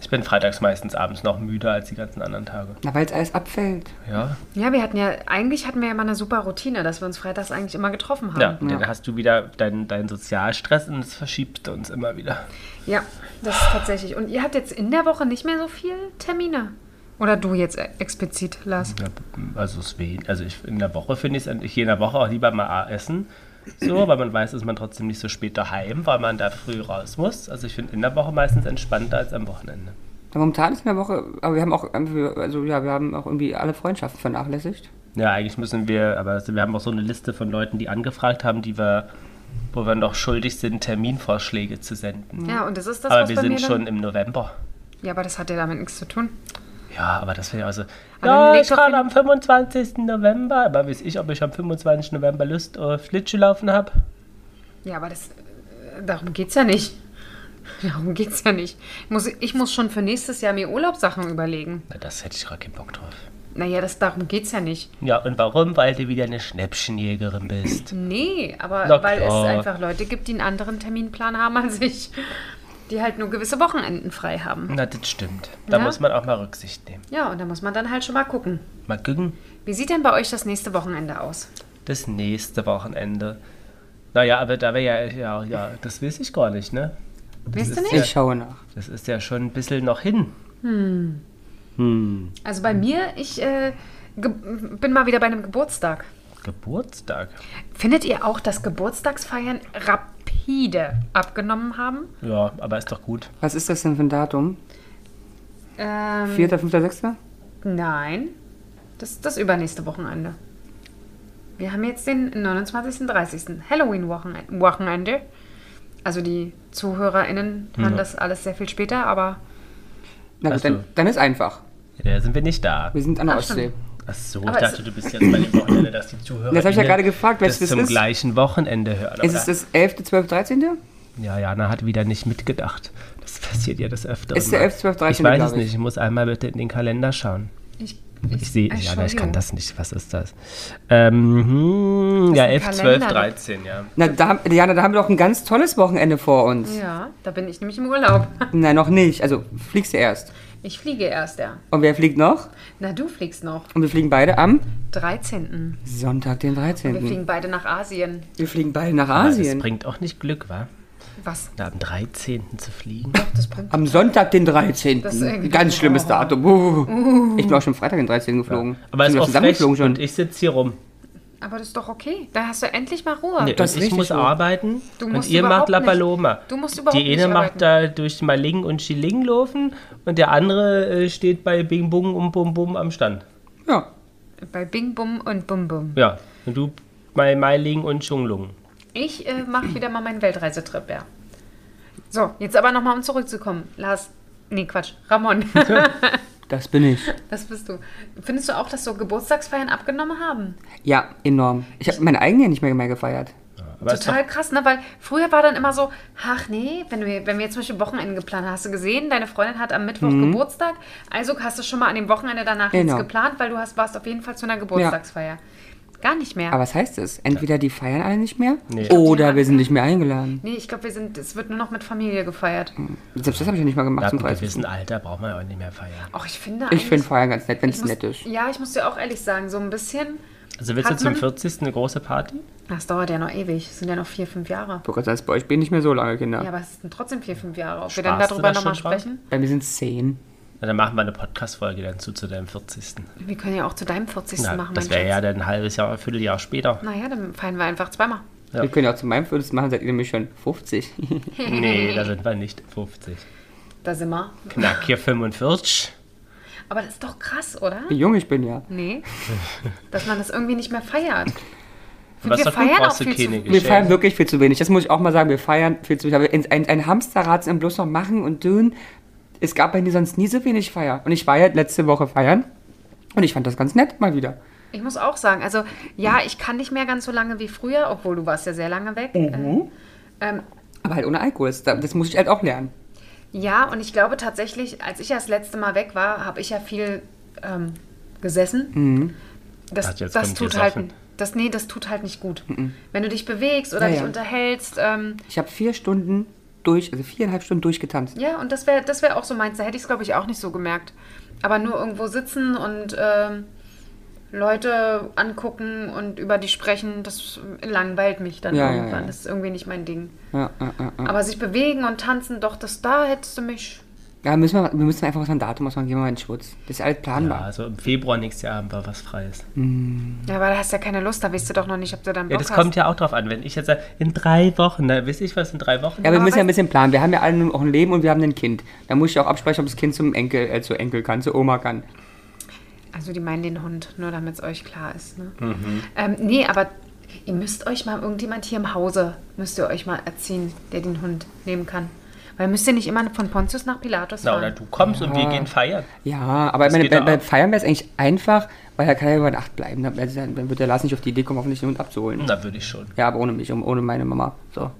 C: Ich bin freitags meistens abends noch müder als die ganzen anderen Tage.
B: Na, weil es alles abfällt.
C: Ja,
A: Ja, wir hatten ja, eigentlich hatten wir ja mal eine super Routine, dass wir uns freitags eigentlich immer getroffen
C: ja.
A: haben.
C: Und dann hast du wieder deinen deinen Sozialstress und es verschiebt uns immer wieder.
A: Ja. das ist tatsächlich. Und ihr habt jetzt in der Woche nicht mehr so viel Termine. Oder du jetzt explizit, Lars.
C: Ja, also es weh. Also ich, in der Woche finde ich es, ich gehe in der Woche auch lieber mal essen.
A: Mhm.
C: So, weil man weiß, dass man trotzdem nicht so spät daheim, weil man da früh raus muss. Also ich finde in der Woche meistens entspannter als am Wochenende.
B: Ja, Momentan ist in der Woche, aber wir haben auch, irgendwie- also ja, wir haben auch irgendwie alle Freundschaften vernachlässigt.
C: Ja, eigentlich müssen wir, aber das- wir haben auch so eine Liste von Leuten, die angefragt haben, die wir, wo wir noch schuldig sind, Terminvorschläge zu senden.
A: Ja, und das ist das,
C: Mhm. aber
A: was
C: wir
A: bei
C: sind
A: mir dann-
C: schon im November.
A: Ja, aber das hat ja damit nichts zu tun.
C: Ja, aber das wäre ja also.
A: dann
C: Ja,
A: leg
C: ich
A: doch hin-
C: kann am 25. November, aber weiß ich, ob ich am 25. November Lust auf Schlittschuhlaufen habe.
A: Ja, aber das, äh, darum geht's ja nicht. Darum geht's ja nicht. Ich muss, ich muss schon für nächstes Jahr mir Urlaubssachen überlegen.
C: Na, das hätte ich gar keinen Bock drauf.
A: Naja, das, darum geht's ja nicht.
C: Ja, und warum? Weil du wieder eine Schnäppchenjägerin bist.
A: Nee, aber
C: Na
A: weil es
C: klar.
A: einfach Leute gibt, die einen anderen Terminplan haben als ich. Die halt nur gewisse Wochenenden frei haben.
C: Na, das stimmt. Da
A: Ja.
C: muss man auch mal Rücksicht nehmen.
A: Ja, und da muss man dann halt schon mal gucken.
C: Mal gucken,
A: Wie sieht denn bei euch das nächste Wochenende aus?
C: das nächste Wochenende. Naja, aber da wäre ja, ja, ja, das weiß ich gar nicht, ne?
A: Weißt du
C: ist
A: nicht?
B: Ich schaue nach.
C: Das ist ja schon ein bisschen noch hin.
A: Also bei mir, ich äh, ge- bin mal wieder bei einem Geburtstag.
C: Geburtstag.
A: Findet ihr auch, dass Geburtstagsfeiern rapide abgenommen haben?
C: Ja, aber ist doch gut.
B: Was ist das denn für ein Datum?
A: Ähm,
B: Vierter, fünfter, sechster?
A: Nein, das ist das übernächste Wochenende. Wir haben jetzt den 29. 30. Halloween-Wochenende. Wochenende. Also die ZuhörerInnen haben das alles sehr viel später, aber
B: Na
C: Ach
B: gut,
C: so.
B: dann, dann ist einfach.
C: Ja, da sind wir nicht da.
B: Wir sind an der
A: Ach,
B: Ostsee.
A: stimmt.
C: Ach so,
A: Aber
C: ich
A: es-
C: dachte, du bist jetzt bei dem Wochenende, dass die Zuhörer
B: Das hab ich ja gerade gefragt,
C: das
B: welches
C: zum
B: das ist.
C: gleichen Wochenende hören.
B: Ist es
C: Aber
B: das 11., 12., 13.?
C: da- ja, Jana hat wieder nicht mitgedacht. Das passiert ja das öfter.
B: Ist der
C: mal.
B: 11., 12., 13.,
C: Ich weiß
B: glaub
C: es
B: ich.
C: nicht. Ich muss einmal bitte in den Kalender schauen.
A: ich,
C: Ich sehe,
A: I
C: Jana, ich
A: show
C: kann
A: you.
C: das nicht. Was ist das? Ähm, hm, ja,
A: ein
C: 11, 12,
A: Kalender. ne?
C: 13, ja.
B: Na, da, haben- Diana, da haben wir doch ein ganz tolles Wochenende vor uns.
A: Ja, da bin ich nämlich im Urlaub.
B: Na, noch nicht. Also fliegst du erst.
A: Ich fliege erst, ja.
B: Und wer fliegt noch?
A: Na, du fliegst noch.
B: Und wir fliegen beide am
A: 13.
B: Sonntag, den
A: Wir
C: Mhm.
B: 13.
A: fliegen beide nach Asien.
B: Wir fliegen beide nach
C: Aber Das
B: Asien.
C: bringt auch nicht Glück, wa?
A: Was?
C: Da am 13. zu fliegen.
A: Doch, das bringt.
B: Am Sonntag, den 13.
A: Das ist irgendwie-
B: Ganz schlimmes
A: Oh.
B: Datum. Uh. Ich bin auch schon Freitag, den 13. geflogen.
C: Aber es
B: Sind
C: ist
B: wir
C: auch frech
B: zusammengeflogen
C: und
B: schon.
C: ich sitze hier rum.
A: Aber das ist doch okay. Da hast du endlich mal Ruhe.
C: Nee,
B: das ist
C: und ich
B: richtig
C: muss
B: so.
C: arbeiten
A: Du
C: und
A: musst
C: ihr macht
A: überhaupt
C: La
A: nicht.
C: Paloma.
A: Du musst überhaupt
C: Die eine
A: nicht
C: macht
A: arbeiten.
C: da durch Maling und Schiling laufen und der andere äh, steht bei Bing Bung und Bum Bum am Stand.
B: Ja.
A: Bei Bing Bum und Bum Bum.
C: Ja, und du bei Mailing und Schunglung.
A: Ich äh, mache wieder mal meinen Weltreisetrip, ja. So, jetzt aber nochmal, um zurückzukommen. Lars, nee, Quatsch, Ramon,
B: Das bin ich.
A: das bist du. Findest du auch, dass so Geburtstagsfeiern abgenommen haben?
B: Ja, enorm. Ich habe meine eigene nicht mehr, mehr gefeiert.
C: Aber ist doch,
A: Total krass, ne? Weil früher war dann immer so, ach nee, wenn, du, wenn wir jetzt zum Beispiel Wochenende geplant haben, hast du gesehen, deine Freundin hat am Mittwoch Geburtstag, also hast du schon mal an dem Wochenende danach nichts
B: Mhm. Genau.
A: geplant, weil du hast, warst auf jeden Fall zu einer Geburtstagsfeier. Gar nicht mehr.
B: Aber was heißt es? Entweder die feiern alle nicht mehr
C: Nee.
B: oder wir sind nicht mehr eingeladen.
A: nee, ich glaube, wir sind, es wird nur noch mit Familie gefeiert.
B: Selbst das habe ich ja nicht mal gemacht
C: Ab
B: zum
C: einem
B: 30.
C: gewissen Alter braucht man ja auch nicht mehr feiern.
A: Auch ich finde
B: Ich finde
A: eigentlich-
B: Feiern ganz nett, wenn
A: ich
B: es
A: muss-
B: nett ist.
A: Ja, ich muss dir auch ehrlich sagen, so ein bisschen.
C: Also willst
A: Hat
C: du zum
A: man-
C: 40. eine große Party?
A: Das dauert ja noch ewig. Es sind ja noch vier, fünf Jahre.
B: Vor Gott sei Dank, bei euch bin ich nicht mehr so lange, Kinder.
A: Ja, aber es sind trotzdem vier, fünf Jahre. Ob wir dann
C: Sparst du
A: darüber
C: da
A: nochmal
C: schon dran?
A: sprechen?
B: Bei mir sind es 10.
C: Na, dann machen wir eine Podcast-Folge dann zu, zu deinem 40.
A: Wir können ja auch zu deinem 40.
C: Na,
A: machen,
C: das
A: mein
C: wäre ja
A: Schatz.
C: dann ein halbes Jahr, ein Vierteljahr später.
A: Naja, dann feiern wir einfach zweimal.
C: Ja.
B: Wir können ja auch zu meinem 40. machen, seid ihr nämlich schon 50.
C: Nee, da sind wir nicht 50.
A: Da sind wir.
C: Knack, hier 45.
A: Aber das ist doch krass, oder?
B: Wie jung ich bin ja.
A: Nee. Dass man das irgendwie nicht mehr feiert.
C: Aber ist
A: wir
C: doch gut,
A: feiern auch
C: brauchst du
A: viel zu-
C: keine
A: Wir
B: Wir
C: Geschenke.
B: feiern wirklich viel zu wenig. Das muss ich auch mal sagen. Wir feiern viel zu wenig. Aber ein, ein, ein Hamsterrad im bloß noch machen und tun. Es gab bei mir sonst nie so wenig Feier. Und ich war ja letzte Woche feiern. Und ich fand das ganz nett mal wieder.
A: Ich muss auch sagen, also ja, ich kann nicht mehr ganz so lange wie früher, obwohl du warst ja sehr lange weg. Äh, Ähm,
B: Aber halt ohne Alkohol. Das, das muss ich halt auch lernen.
A: ja, und ich glaube tatsächlich, als ich ja das letzte Mal weg war, habe ich ja viel ähm, gesessen.
B: Mhm.
A: Das,
C: Ach, jetzt
A: das
C: kommt hier
A: tut halt.
C: Sachen.
A: Das, nee, das tut halt nicht gut. Wenn du dich bewegst oder
B: Mhm. Ja,
A: dich
B: ja.
A: unterhältst, ähm,
B: Ich habe vier Stunden durch, also viereinhalb Stunden durchgetanzt.
A: Ja, und das wäre das wär auch so meins. Da hätte ich es, glaube ich, auch nicht so gemerkt. Aber nur irgendwo sitzen und ähm, Leute angucken und über die sprechen, das langweilt mich dann
B: Ja, ja,
A: irgendwann.
B: ja.
A: Das ist irgendwie nicht mein Ding.
B: Ja, ja, ja, ja.
A: Aber sich bewegen und tanzen, doch, das da hättest du mich.
C: Mhm.
B: ja müssen wir, wir müssen einfach was an Datum ausmachen. Gehen wir mal in den Schwutz. Das ist alles
C: Ja,
B: planbar.
C: also im Februar nächstes Jahr haben wir was Freies.
A: Ja, aber da hast du ja keine Lust, da weißt du doch noch nicht, ob du dann Bock
C: Ja, das
A: hast.
C: kommt ja auch drauf an. Wenn ich jetzt sage, in drei Wochen, dann weiß ich was in drei
B: Ja,
C: Wochen.
B: aber wir
A: Aber
B: müssen ja ein
A: weißt-
B: bisschen planen. Wir haben ja alle nun auch ein Leben und wir haben ein Kind. Da muss ich auch absprechen, ob das Kind zum Enkel, äh, zu Enkel kann, zu Oma kann.
A: Also die meinen den Hund, nur damit es euch klar ist. Ne?
C: Mhm.
A: Ähm, nee, aber ihr müsst euch mal, irgendjemand hier im Hause müsst ihr euch mal erziehen, der den Hund nehmen kann. Weil müsst ihr nicht immer von Pontius nach Pilatus
C: Na,
A: fahren.
C: oder du kommst und wir gehen feiern.
B: Ja, aber ich
C: Das
B: meine,
C: geht
B: bei,
C: ja
B: bei
C: ab.
B: Feiern wäre es eigentlich einfach, weil er kann ja über Nacht bleiben. Dann- Also dann dann wird der Lars nicht auf die Idee kommen, hoffentlich den Hund abzuholen.
C: Da würde ich schon.
B: Ja, aber ohne mich, um- ohne meine Mama. So.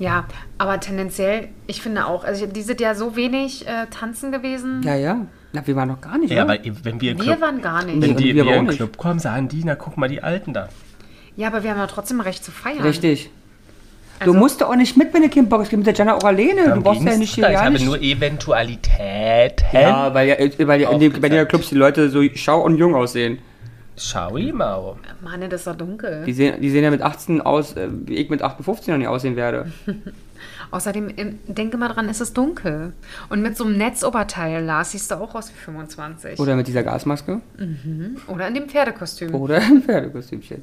A: Ja, aber tendenziell, ich finde auch, also ich- die sind ja so wenig äh, tanzen gewesen.
B: Ja, ja. Na, wir waren noch gar nicht,
C: Ja,
B: oder?
C: aber wenn wir im
A: Wir
C: Club,
A: waren gar
B: Nee.
A: nicht.
C: wenn die,
B: wir
C: wir
B: aber auch
C: im
B: nicht.
C: Club kommen, sagen die, na guck mal die Alten da.
A: Ja, aber wir haben ja trotzdem recht zu feiern.
B: Richtig.
A: Also-
B: du musst doch auch nicht mit, wenn du Kind Bock hast. Geh mit der Jana auch alleine. Du brauchst ja
C: ging's.
B: nicht hier
C: Ich
B: gar
C: habe
B: nicht.
C: nur Eventualitäten.
B: ja, weil ja, äh, weil ja in dem, bei den
C: Aufgezeigt.
B: Clubs die Leute so schau und jung aussehen.
C: Schau ihm mal.
A: Mann, das ist doch dunkel.
B: Die sehen, die sehen ja mit 18 aus, äh, wie ich mit 58 noch nicht aussehen werde.
A: Außerdem, ähm, denke mal dran, es ist dunkel. Und mit so einem Netzoberteil, Lars, siehst du auch aus wie 25.
B: Oder mit dieser Gasmaske.
A: Mhm. Oder in dem Pferdekostüm.
B: Oder im Pferdekostümchen.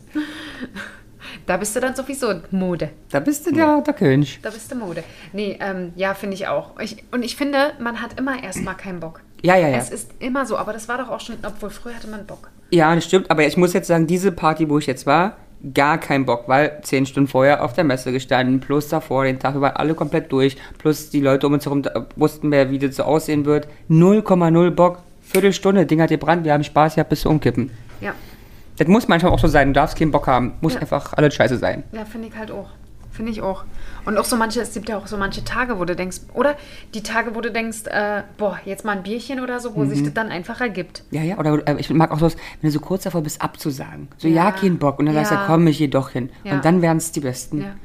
A: Da bist du dann sowieso Mode.
B: Da bist du der,
A: Mhm.
B: der König.
A: Da bist du Mode. Nee, ähm, ja, finde ich auch. Ich, und ich finde, man hat immer erstmal keinen Bock.
B: Ja, ja, ja.
A: Es ist immer so, aber das war doch auch schon, obwohl früher hatte man Bock.
B: Ja, das stimmt, aber ich muss jetzt sagen, diese Party, wo ich jetzt war, gar keinen Bock, weil zehn Stunden vorher auf der Messe gestanden, plus davor, den Tag über alle komplett durch, plus die Leute um uns herum da- wussten, wer wie das so aussehen wird. 0,0 Bock, Viertelstunde, Ding hat gebrannt, wir haben Spaß gehabt bis zum Umkippen.
A: Ja,
B: Das muss manchmal auch so sein, du darfst keinen Bock haben, muss
A: Ja.
B: einfach alles scheiße sein.
A: Ja, finde ich halt auch. Finde ich auch. Und auch so manche, es gibt ja auch so manche Tage, wo du denkst, oder die Tage, wo du denkst, äh, boah, jetzt mal ein Bierchen oder so, wo sich das dann einfach ergibt.
B: Ja, ja, oder äh, ich mag auch sowas, wenn du so kurz davor bist, abzusagen. So, ja,
A: Ja.
B: keinen Bock. Und dann sagst du,
A: Ja.
B: komm, ich geh doch hin.
A: Ja.
B: Und dann wären es die Besten.
A: Ja.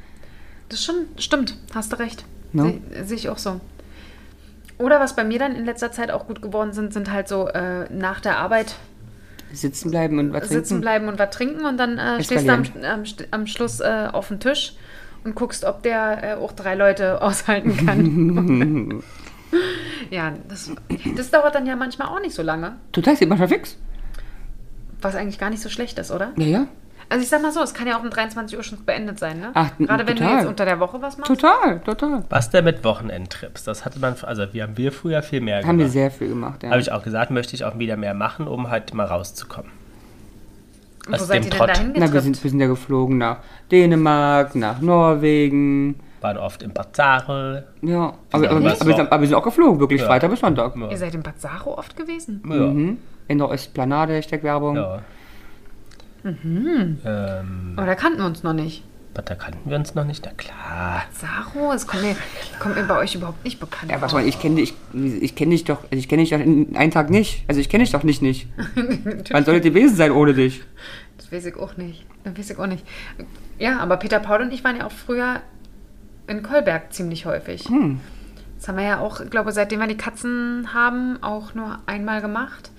A: Das ist schon, stimmt, hast du recht.
B: Ne?
A: Sehe seh ich auch so. Oder was bei mir dann in letzter Zeit auch gut geworden sind, sind halt so äh, nach der Arbeit
B: Sitzen bleiben und was
A: sitzen
B: trinken.
A: bleiben und was trinken und dann äh, stehst du am,
B: Eskalieren.
A: am, St- am Schluss äh, auf dem Tisch und guckst, ob der äh, auch drei Leute aushalten kann. ja, das, das dauert dann ja manchmal auch nicht so lange,
B: Total, sieht manchmal fix.
A: was eigentlich gar nicht so schlecht ist, oder?
B: Ja, ja.
A: Also ich sag mal so, es kann ja auch um 23 Uhr schon beendet sein, ne?
B: Ach, n-
A: Gerade wenn
B: total.
A: du jetzt unter der Woche was machst.
B: Total, total.
C: Was denn mit Wochenendtrips? Das hatte man, also wir haben wir früher viel mehr
B: Haben wir
C: gemacht.
B: sehr viel gemacht, ja.
C: Habe ich auch gesagt, möchte ich auch wieder mehr machen, um halt mal rauszukommen. Also
A: Und wo
C: Aus
A: seid
C: dem
A: ihr denn
C: Trott.
A: da
B: Na, wir sind,
A: hingetrippt?
B: wir sind ja geflogen nach Dänemark, nach Norwegen.
C: Waren oft im Bazare.
B: Ja, aber,
C: Ja,
B: aber, wir,
C: das
B: aber, wir
C: war-
B: sind, aber wir sind auch geflogen, wirklich Freitag bis Sonntag.
A: Ihr seid in Bad Saro oft gewesen?
C: Ja.
B: In der Ostplanade, Hashtag Werbung.
C: ja. Ähm,
A: Oder kannten wir uns noch nicht?
C: aber da kannten wir uns noch nicht. Na klar.
A: Saro, es kommt mir, kommt mir bei euch überhaupt nicht bekannt
B: Ja, was
A: vor.
B: soll ich kenne dich, ich kenne dich doch, also ich kenne dich doch in- einen Tag nicht. Also ich kenne dich doch nicht nicht. Wann soll das gewesen sein ohne dich?
A: Das Das weiß ich auch nicht. Das weiß ich auch nicht. Ja, aber Peter Paul und ich waren ja auch früher in Kolberg ziemlich häufig. Das haben wir ja auch, ich glaube, seitdem wir die Katzen haben, auch nur einmal gemacht.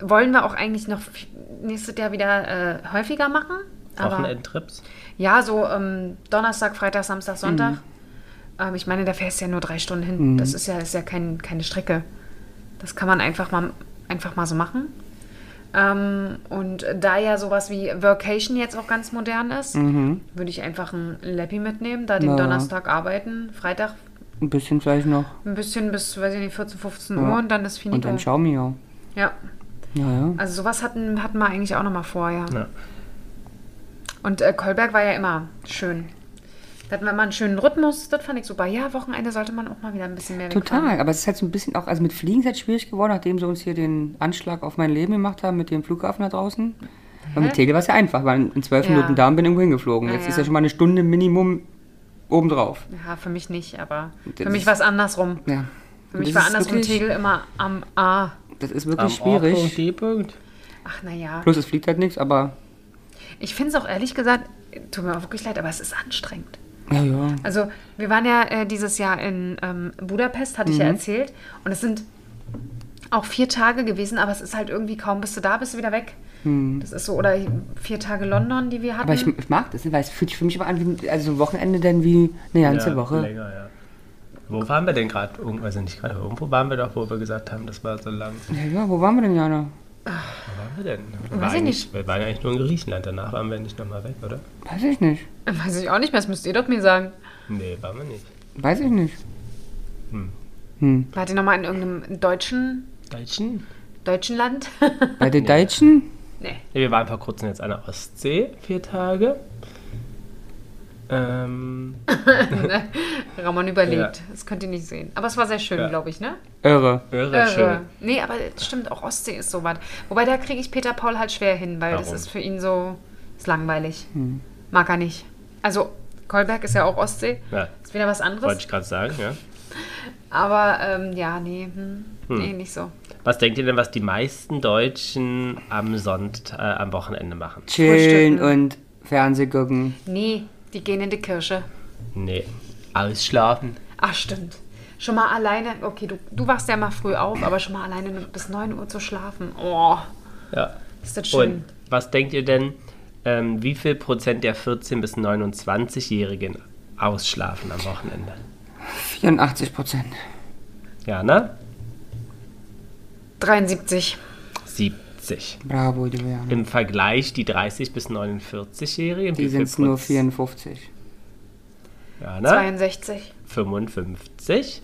A: Wollen wir auch eigentlich noch f- nächstes Jahr wieder äh, häufiger machen? Aber
C: Wochenendtrips.
A: ja, so ähm, Donnerstag, Freitag, Samstag,
B: Mhm.
A: Sonntag. Ähm, ich meine, da fährst du ja nur drei Stunden hin. Das ist ja, ist ja kein, keine Strecke. Das kann man einfach mal, einfach mal so machen. Ähm, und da ja sowas wie Workation jetzt auch ganz modern ist,
B: Mhm.
A: würde ich einfach ein Lappy mitnehmen, da den
B: Ja.
A: Donnerstag arbeiten, Freitag
B: Ein bisschen vielleicht noch.
A: ein bisschen bis, weiß ich nicht, 14, 15
B: Ja.
A: Uhr und dann ist finito.
B: Und dann Xiaomi auch.
A: ja,
B: Ja, ja.
A: also sowas hatten, hatten wir eigentlich auch nochmal vor, ja.
C: Ja.
A: Und äh, Kolberg war ja immer schön. Da hatten wir immer einen schönen Rhythmus, das fand ich super. Ja, Wochenende sollte man auch mal wieder ein bisschen mehr wegfahren.
B: Total, aber es ist halt so ein bisschen auch, also mit Fliegen ist halt schwierig geworden, nachdem sie uns hier den Anschlag auf mein Leben gemacht haben mit dem Flughafen da draußen. Weil mit Tele war es ja einfach, weil in zwölf
A: Ja.
B: Minuten da und bin irgendwo hingeflogen.
A: Ja,
B: Jetzt
A: ja.
B: ist ja schon mal eine Stunde Minimum obendrauf.
A: Ja, für mich nicht, aber
B: Das
A: für mich
B: ist-
A: war es andersrum.
B: Ja.
A: Für mich
B: Das
A: war
B: ist
A: andersrum
B: wirklich-
A: Tegel immer am A.
B: Das ist wirklich
C: Am Ort, Punkt,
B: schwierig.
C: D Punkt.
A: Ach naja,
B: Plus es fliegt halt nichts, aber
A: ich finde es auch ehrlich gesagt, tut mir auch wirklich leid, aber es ist anstrengend.
B: ja, ja.
A: Also wir waren ja äh, dieses Jahr in ähm, Budapest, hatte ich
B: Mhm.
A: ja erzählt. Und es sind auch vier Tage gewesen, aber es ist halt irgendwie kaum, bist du da, bist du wieder weg. Das ist so, oder vier Tage London, die wir hatten.
B: Mhm. Aber ich, ich mag das, ne, weil es fühlt sich für mich immer an wie also so ein Wochenende dann wie eine ganze
C: ja,
B: Woche.
C: Länger, ja. Wo waren wir denn gerade? Irgendwo, also nicht gerade, aber irgendwo waren wir doch, wo wir gesagt haben, das war so lang.
B: Ja, ja, wo waren wir denn, Jana?
C: Wo waren wir denn? Wir
A: Weiß
C: waren
A: ich
C: eigentlich- Wir waren eigentlich nur in Griechenland, danach waren wir nicht nochmal weg, oder?
B: Weiß ich nicht.
A: Weiß ich auch nicht mehr, das müsst ihr doch mir sagen.
C: Nee, waren wir nicht.
B: Weiß ich nicht.
A: Wart ihr nochmal in irgendeinem deutschen,
C: Deutschen?
A: deutschen Land?
B: Bei den Deutschen?
A: nee.
C: Ja, wir waren vor kurzem jetzt an der Ostsee, vier Tage. Ähm,
A: Ramon überlegt. Das könnt ihr nicht sehen. Aber es war sehr schön,
C: Ja.
A: glaube ich, ne?
B: Irre.
C: irre
A: Irre.
C: schön.
A: Nee, aber das stimmt, auch Ostsee ist so was. Wobei, da kriege ich Peter Paul halt schwer hin, weil das
C: Warum?
A: ist für ihn so, ist langweilig. Mag er nicht. Also, Kolberg ist ja auch Ostsee.
C: Ja,
A: Ist wieder was
C: wollte
A: anderes.
C: ich gerade sagen, ja.
A: Aber, ähm, ja, nee. Hm. Nee, nicht so.
C: Was denkt ihr denn, was die meisten Deutschen am Sonntag, äh, am Wochenende machen?
B: Chillen
A: Frühstücken.
B: und Fernseh gucken.
A: Nee, die gehen in die Kirche.
C: Nee, ausschlafen.
A: Ach, stimmt. Schon mal alleine, okay, du, du wachst ja mal früh auf, aber schon mal alleine bis 9 Uhr zu schlafen. Oh,
C: Ja.
A: ist das schön.
C: Und was denkt ihr denn, ähm, wie viel Prozent der 14- bis 29-Jährigen ausschlafen am Wochenende?
B: 84 Prozent.
C: Ja, ne?
A: 73.
C: 70.
B: Bravo, liebe Jana.
C: Im Vergleich die 30- bis 49-Jährigen.
B: Die
C: wie viel
B: sind es nur
C: Proz-
B: 54.
C: Ja, ne?
A: 62.
C: 55.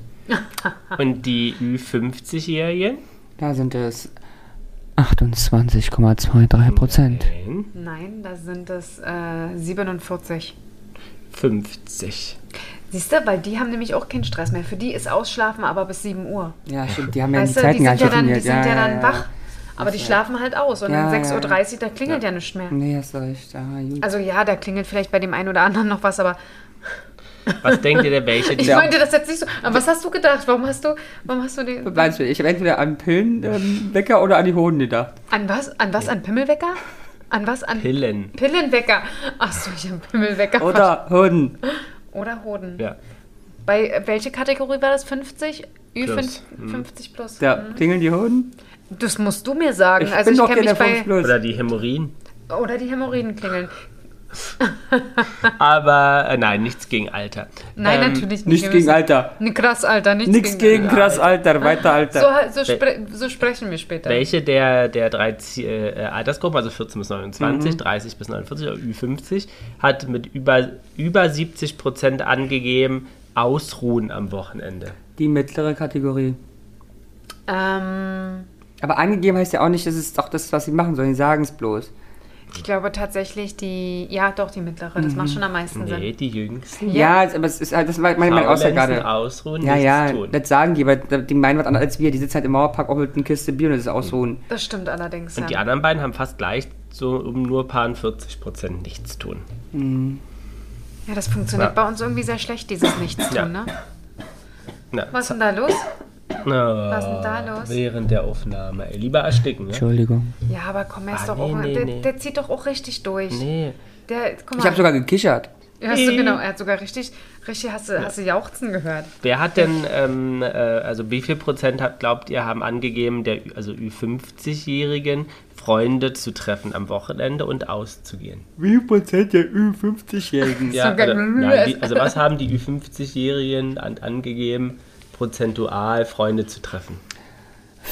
C: Und die Ü50-Jährigen?
B: Da sind es 28,23 Prozent.
C: Nein,
A: Nein, da sind es äh, 47.
C: 50.
A: Siehst du, weil die haben nämlich auch keinen Stress mehr. Für die ist Ausschlafen aber bis 7 Uhr.
B: Ja, stimmt, die haben ja die
A: Weißt du, die
B: Zeiten
A: sind
B: gar
A: ja
B: nicht
A: dann, die
B: definiert.
A: sind ja, dann wach. Aber die
B: ja.
A: schlafen halt aus. Und
B: Ja,
A: um
B: ja, Hm.
A: 6.30 Uhr, da klingelt ja. nichts mehr.
B: Nee, hast du recht. Ah, gut.
A: Also ja, da klingelt vielleicht bei dem einen oder anderen noch was, aber
C: Was denkt ihr denn, welche
A: ich
C: die
A: meinte das jetzt nicht so. Aber was hast du gedacht? Warum hast du, warum hast du den,
B: Weißt du, ich habe entweder an Pillenwecker oder an die Hoden gedacht.
A: an was, an was, an Pimmelwecker? An was, an
C: Pillen?
A: Pillenwecker? Ach so, ich hab Pimmelwecker.
B: Oder Hoden.
A: Oder Hoden.
C: Ja.
A: Bei äh, welche Kategorie war das? 50?
C: Plus.
A: Ü50 plus. Hm.
B: Ja, klingeln die Hoden?
A: Das musst du mir sagen.
B: Ich
A: Mhm. also
B: bin
A: ich
B: doch
A: kenne
B: hier
A: mich
B: der 5
A: bei.
B: Plus.
C: Oder die Hämorrhoiden?
A: Oder die Hämorrhoiden klingeln.
C: Aber äh, nein, nichts gegen Alter.
A: Nein,
C: Ähm,
A: natürlich nicht.
B: Nichts
A: Wir
B: gegen
A: müssen-
B: Alter.
A: Nee, krass, Alter. Nichts,
B: Nichts gegen krass Alter, weiter Alter.
A: Alter. So, so, spre so sprechen wir später.
C: Welche der, der drei Zie- äh, äh, Altersgruppen, also 14 bis
A: Mhm.
C: 29, 30 bis 49 oder Ü50, hat mit über, über 70 Prozent angegeben, ausruhen am Wochenende.
B: Die mittlere Kategorie.
A: Ähm,
B: Aber angegeben heißt ja auch nicht, das ist doch das, was sie machen sollen. Die sagen es bloß.
A: ich glaube tatsächlich die. Ja, doch, die mittlere. Das
B: Mhm.
A: macht schon am meisten
C: Nee,
A: Sinn.
C: die Jüngsten.
B: Ja, aber es ist halt, das meine meine Aussage
C: Faulenzen,
B: gerade.
C: ausruhen,
B: Ja,
C: nichts
B: ja,
C: tun.
B: das sagen die, weil die meinen was anderes als wir. Die sitzen halt im Mauerpark auch mit einer Kiste Bier und das ist ausruhen.
A: Das stimmt allerdings.
C: Und die
A: ja.
C: anderen beiden haben fast gleich so um nur paar 40 Prozent nichts tun.
A: ja, das funktioniert
C: Ja.
A: bei uns irgendwie sehr schlecht, dieses Nichtstun,
C: Ja.
A: ne?
C: Na, Ah,
A: Was ist ne? denn da los? ist denn da los?
C: Oh, Während der Aufnahme. Ey, lieber ersticken, ne?
B: Entschuldigung.
A: Ja, aber komm, er ist
C: Ah,
A: doch
C: nee,
A: auch,
C: nee,
A: der,
C: nee.
A: der zieht doch auch richtig durch.
C: Nee.
A: Der, guck mal,
B: Ich habe sogar gekichert.
A: Hast du, genau, er hat sogar richtig, richtig hast du, hast du Jauchzen gehört.
C: Wer hat denn, ähm, äh, also wie viel Prozent hat, glaubt ihr, haben angegeben, der, Ü- also Ü50-Jährigen Freunde zu treffen am Wochenende und auszugehen?
B: Wie viel Prozent der Ü50-Jährigen?
C: Ja,
A: geil.
C: also, nein, die, also was haben die Ü50-Jährigen an, angegeben, prozentual Freunde zu treffen?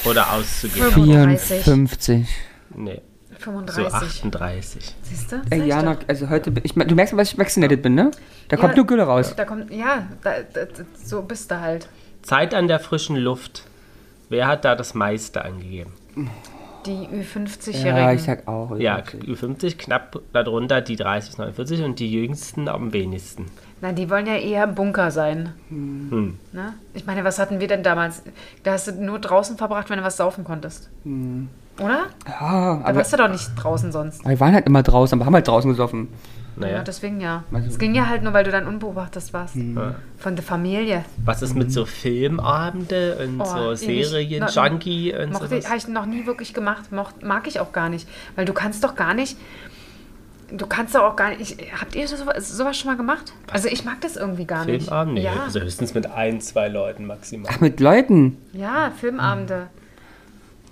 C: Oder auszugehen?
A: 35.
B: 54.
C: Nee, so
A: 35.
C: 38.
A: Siehst du?
B: Ey, Jana, also heute, bin ich, du merkst, was ich vaccinated bin, ne? Da kommt nur Gülle raus.
A: Da kommt, ja, da, da, da, so bist du halt.
C: Zeit an der frischen Luft. Wer hat da das meiste angegeben?
A: Die Ü50-Jährigen.
B: Ja, ich sag auch.
C: Ja, Ü50 knapp darunter die 30, 49 und die jüngsten am wenigsten.
A: Na, die wollen ja eher im Bunker sein. Ne? Ich meine, was hatten wir denn damals? Da hast du nur draußen verbracht, wenn du was saufen konntest. Oder?
B: Ja,
A: Da
B: aber
A: warst du doch nicht draußen sonst.
B: wir waren halt immer draußen, aber haben halt draußen gesoffen.
A: Ja,
C: Naja.
A: deswegen ja.
B: Also-
A: es ging ja halt nur, weil du dann unbeobachtet warst. Von der Familie.
C: Was ist mit so Filmabende und
A: Mhm. Oh,
C: so
A: ewig.
C: Serien,
A: Na, halt
C: Junkie und
A: Mochte ich,
C: sowas?
A: habe ich noch nie wirklich gemacht. Mocht, mag ich auch gar nicht. Weil du kannst doch gar nicht. Du kannst doch auch gar nicht. Ich, habt ihr sowas, sowas schon mal gemacht? Also ich mag das irgendwie gar nicht.
C: Filmabend? Nee,
A: Ja,
C: also höchstens mit ein, zwei Leuten maximal.
B: Ach, mit Leuten.
A: ja Filmabende.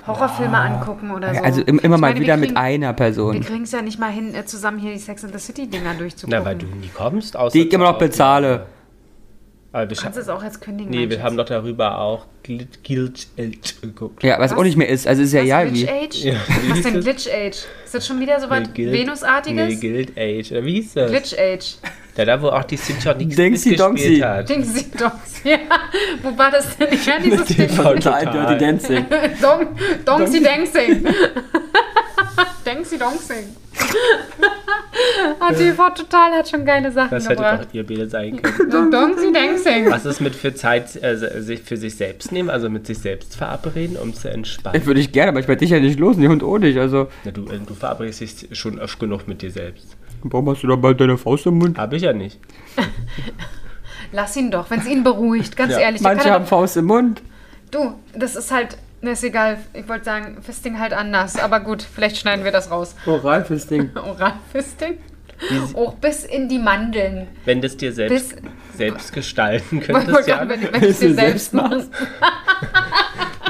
A: Horrorfilme angucken oder so.
B: Also im, immer
A: Ich
B: mal
A: meine, wir
B: wieder mit
A: kriegen-
B: einer
A: Wir
B: Person,
A: kriegen es ja nicht mal hin, äh, zusammen hier die Sex and the City-Dinger durchzugucken.
C: Na, weil du nie kommst. Außer
B: die ich immer noch
C: zur
B: bezahle.
C: Aufnahme. Aber wir,
A: kannst
C: scha-
A: es auch jetzt kündigen.
C: nee,
A: mein
C: wir
A: Schatz.
C: haben doch darüber auch Glitch Guild Age geguckt.
B: Ja, was,
A: Was?
B: auch nicht mehr ist. Also ist ja
A: Was,
B: egal wie.
A: Glitch Age?
C: Ja, wie
A: Was
C: hieß
A: denn
C: es?
A: Glitch Age? Ist das schon wieder so was
C: Guild-
A: Venusartiges?
C: Nee, Guild Age. Oder wie hieß das?
A: Glitch Age.
C: Da, da wo auch die Cynthia nichts
B: Dingsy Dongsy.
C: gespielt hat.
A: Ding sie doch. Ja. Wo war das denn? Ich kann dieses Ding.
C: Total.
B: Dancing.
A: Dong, Dong si Deng Sing. Deng si Dong Sing. Und TV Total hat schon geile Sachen
C: Das hätte
A: gebracht.
C: doch ihr Bild sein können.
A: Dong si Deng Sing.
C: Was ist mit für Zeit äh, sich für sich selbst nehmen, also mit sich selbst verabreden, um zu entspannen?
B: Würde ich gerne, aber ich werde dich ja nicht losnehmen und ohne dich. Also,
C: Na, du, äh, du verabredest dich schon oft genug mit dir selbst.
B: warum hast du dabei deine Faust im Mund?
C: Habe ich ja nicht.
A: Lass ihn doch, wenn es ihn beruhigt. Ganz
C: Ja.
A: ehrlich. der
B: Manche
A: kann er
B: haben Faust im Mund.
A: Du, das ist halt, ne, ist egal. Ich wollte sagen, Fisting halt anders. Aber gut, vielleicht schneiden wir das raus.
B: Oral fürs Oh, Ding.
A: Oralfisting? Auch bis in die Mandeln.
C: Wenn das dir selbst,
A: Bis-
C: selbst gestalten
A: Wollte
C: könntest,
A: wollte
C: ja.
A: gerade, wenn, wenn du es dir selbst machst.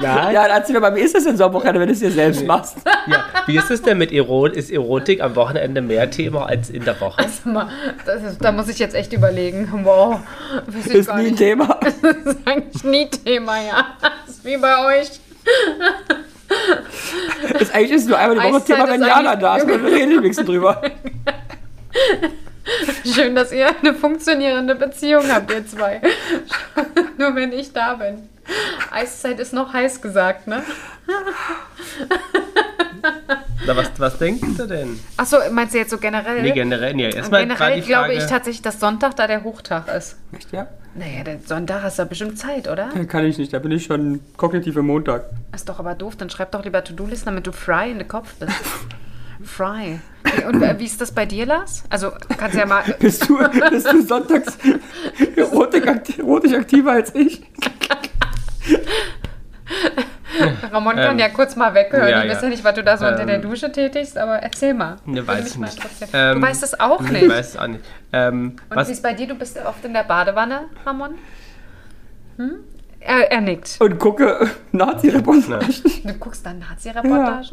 C: Nein.
B: Ja, dann erzähl mir mal, wie ist das denn so am Wochenende, wenn du es dir selbst machst?
A: Oh
C: Ja, wie ist es denn mit Erotik? Ist Erotik am Wochenende mehr Thema als in der Woche?
A: Sag mal, Das ist, da muss ich jetzt echt überlegen. Wow. Weiß ich
B: Ist
A: gar
B: nie ein
A: nicht.
B: Thema.
A: Das ist eigentlich nie Thema, ja. Das ist wie bei euch.
B: Ist eigentlich ist es nur einmal die Woche
A: Eiszeit
B: Thema, wenn
A: ist
B: Jana
A: eigentlich-
B: da ist. Dann reden wir wenigstens drüber.
A: Schön, dass ihr eine funktionierende Beziehung habt, ihr zwei. Nur wenn ich da bin. Eiszeit ist noch heiß gesagt, ne? Also,
C: Na, was, was denkst du denn?
A: Achso, meinst du jetzt so generell?
C: Nee, generell. Nee, erstmal war
A: Generell
C: die Frage,
A: glaube ich tatsächlich, dass Sonntag da der Hochtag ist.
B: Echt, ja?
A: Naja, der Sonntag hast du ja bestimmt Zeit, oder?
B: Kann ich nicht, da bin ich schon kognitiv im Montag.
A: Ist doch aber doof, dann schreib doch lieber To-Do-Listen, damit du fry in den Kopf bist. fry. Und äh, wie ist das bei dir, Lars? Also, kannst ja mal.
B: Bist du, bist du sonntags erotik akti- erotisch aktiver als ich?
A: Ramon kann
C: Ähm,
A: ja kurz mal weghören.
C: ja,
A: ich
C: ja.
A: weiß ja nicht, was du da so unter
C: Ähm,
A: der Dusche tätigst, aber erzähl mal.
C: Ne,
A: Würde
C: weiß
A: mich
C: ich
A: mal
C: nicht.
A: interessieren.
C: Ähm,
A: du weißt es auch nicht.
C: Ich weiß es auch nicht. Ähm,
A: Und wie
C: was,
A: ist bei dir? Du bist oft in der Badewanne, Ramon? Hm? Er, er nickt.
B: Und gucke Nazi-Reportagen.
A: Du guckst dann Nazi-Reportagen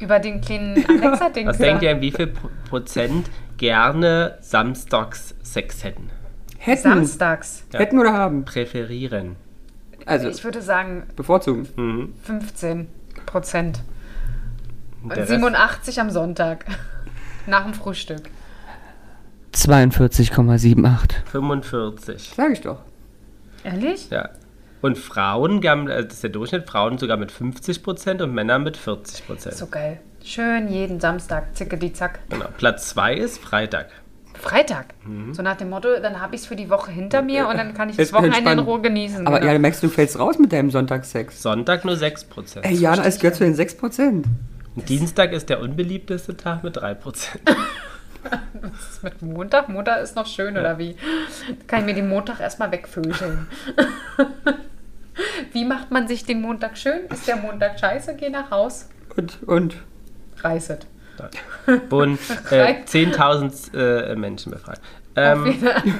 A: über den kleinen Alexa-Ding.
C: was denkt ihr, in wie viel Pro- Prozent gerne samstags Sex hätten?
B: Hätten.
A: Samstags.
B: Hätten oder haben?
C: Präferieren. Hm.
B: Also,
A: Ich würde sagen
B: bevorzugen.
A: 15 Prozent.
C: Der
A: Und
C: Rest-
A: 87 am Sonntag. Nach dem Frühstück.
B: 42,78.
C: 45.
B: Sag ich doch.
A: Ehrlich?
C: Ja. Und Frauen, gaben- also das ist der Durchschnitt, Frauen sogar mit 50 Prozent und Männer mit 40 Prozent.
A: So geil. Schön jeden Samstag, zicke die Zack.
C: Genau. Platz 2 ist Freitag.
A: Freitag. So nach dem Motto, dann habe ich es für die Woche hinter mir und dann kann ich das
B: Ist
A: Wochenende in
B: Mhm. Äh, entspannt.
A: Ruhe genießen.
B: Aber
A: genau.
B: ja, du merkst, du fällst raus mit deinem Sonntagssex.
C: Sonntag nur 6 Prozent.
B: Ey, Jana, es gehört zu den 6%.
C: Und Dienstag ist der unbeliebteste Tag mit 3 Prozent.
A: Was ist mit Montag? Montag ist noch schön, oder wie? Kann ich mir den Montag erstmal wegvögeln. Wie macht man sich den Montag schön? Ist der Montag scheiße? Geh nach Haus.
B: Und, und.
A: Reißet.
C: Wurden äh, 10.000 äh, Menschen befragt. Ähm,
A: vielen, Dank.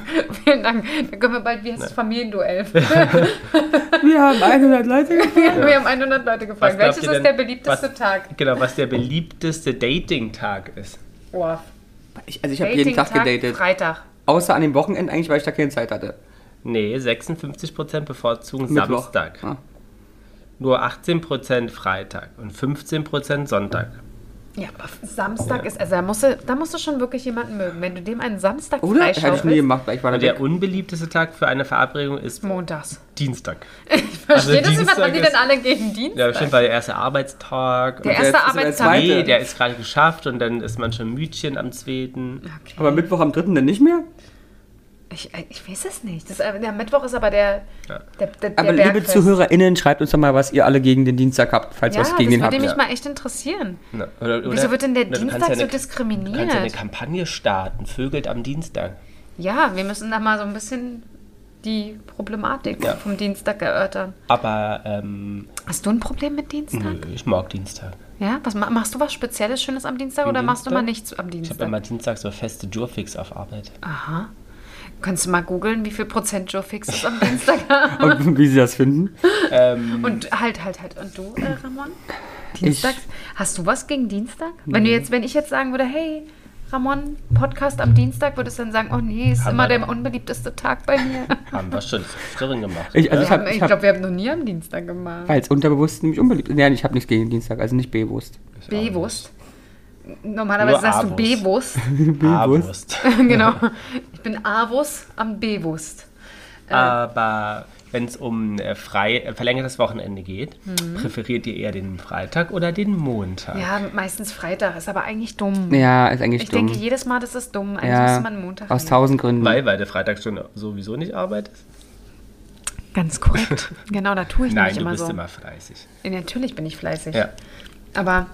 A: vielen Dank. Dann können wir bald, wie heißt das, Familienduell.
B: Wir haben 100 Leute gefragt.
A: Wir haben 100 Leute gefragt.
C: Was glaubt
A: Welches
C: ihr
A: ist
C: denn-
A: der beliebteste
C: was-
A: Tag?
C: genau, was der beliebteste Dating-Tag ist.
A: Boah.
B: Ich, also ich habe jeden Tag
A: Dating-Tag,
B: gedatet.
A: Freitag.
B: Außer an den Wochenenden eigentlich, weil ich da keine Zeit hatte.
C: Nee, 56% bevorzugen
B: Mittwoch. Ah,
C: Samstag.
B: Ja.
C: Nur 18% Freitag und 15% Sonntag.
A: Ja, aber Samstag ist, also da musst, du, da musst du schon wirklich jemanden mögen. Wenn du dem einen Samstag
B: Oder? Hätte ich nie
A: freischaufelst,
B: gemacht, weil ich war da
C: Und der
B: weg.
C: unbeliebteste Tag für eine Verabredung ist
A: Mhm. montags.
C: Dienstag.
A: Versteht das jemand,
C: Also Dienstag
A: warum die
C: ist-
A: denn alle gegen Dienst?
C: Ja, bestimmt, weil der erste Arbeitstag.
A: der
C: und
B: jetzt
A: erste
B: ist er der
A: Arbeitstag.
B: zweite.
C: nee, der ist gerade geschafft und dann ist man schon Mütchen am zweiten.
A: Okay.
B: Aber Mittwoch am 3. dann nicht mehr?
A: Ich, äh, ich weiß es nicht. Das, äh, der Mittwoch ist aber der,
C: Ja.
A: der, der, der
B: Aber liebe
A: Bergfest.
B: ZuhörerInnen, schreibt uns doch mal, was ihr alle gegen den Dienstag habt, falls
A: ja,
B: was gegen
A: das
B: den habt.
A: würde mich
B: Ja.
A: mal echt interessieren.
C: Ne? Oder, oder,
A: Wieso wird denn der
C: oder du
A: Dienstag
C: kannst ja
A: so
C: eine- Du
A: diskriminiert?
C: kannst ja eine Kampagne starten, Vögelt am Dienstag.
A: Ja, wir müssen da mal so ein bisschen die Problematik
C: Ja.
A: vom Dienstag erörtern.
C: Aber ähm,
A: Hast du ein Problem mit Dienstag?
C: nö, ich mag Dienstag.
A: Ja, was ma- machst du was Spezielles Schönes am Dienstag
C: Am
A: oder machst du
C: Dienstag?
A: mal nichts am
C: Ich habe
A: Dienstag? Ah.
C: immer Dienstag so feste Durfix auf Arbeit.
A: Aha. Kannst du mal googeln, wie viel Prozent Joe Fix ist am Dienstag?
B: Und wie sie das finden?
A: Und halt, halt, halt. Und du, äh, Ramon?
B: Ähm. Ich,
A: Dienstags? Hast du was gegen Dienstag? Wenn du jetzt, wenn ich jetzt sagen würde, hey, Ramon, Podcast am Dienstag, würdest du dann sagen, oh nee, ist
C: Haben
A: immer
C: wir-
A: der unbeliebteste Tag bei mir.
C: Haben wir schon Stirn gemacht.
B: ich, also ich habe,
A: ich
B: ich
A: glaube,
B: hab,
A: wir haben noch nie am Dienstag gemacht.
B: weil es unterbewusst nämlich unbeliebt ist. Nein, ich habe nichts gegen den Dienstag, also nicht bewusst.
A: Bewusst. Normalerweise
C: Nur
A: sagst du
C: Abus.
A: bewusst.
C: Bewusst.
A: genau. Ich bin Avus am bewusst.
C: Aber wenn es um äh, frei, äh, verlängertes Wochenende geht, präferiert ihr eher den Freitag oder den Montag?
A: Mhm. Ja, meistens Freitag, ist aber eigentlich dumm.
B: Ja, ist eigentlich
A: Ich
B: dumm.
A: denke jedes Mal, das ist dumm. Eigentlich
B: ja,
A: müsste man Montag
B: aus
A: nehmen.
B: tausend Gründen.
C: Weil, weil der Freitag schon sowieso nicht arbeitest?
A: Ganz korrekt. genau, da tue ich
C: Nein,
A: nämlich
C: du
A: immer
C: bist
A: so.
C: immer fleißig.
A: Ja, natürlich bin ich fleißig.
C: Ja.
A: Aber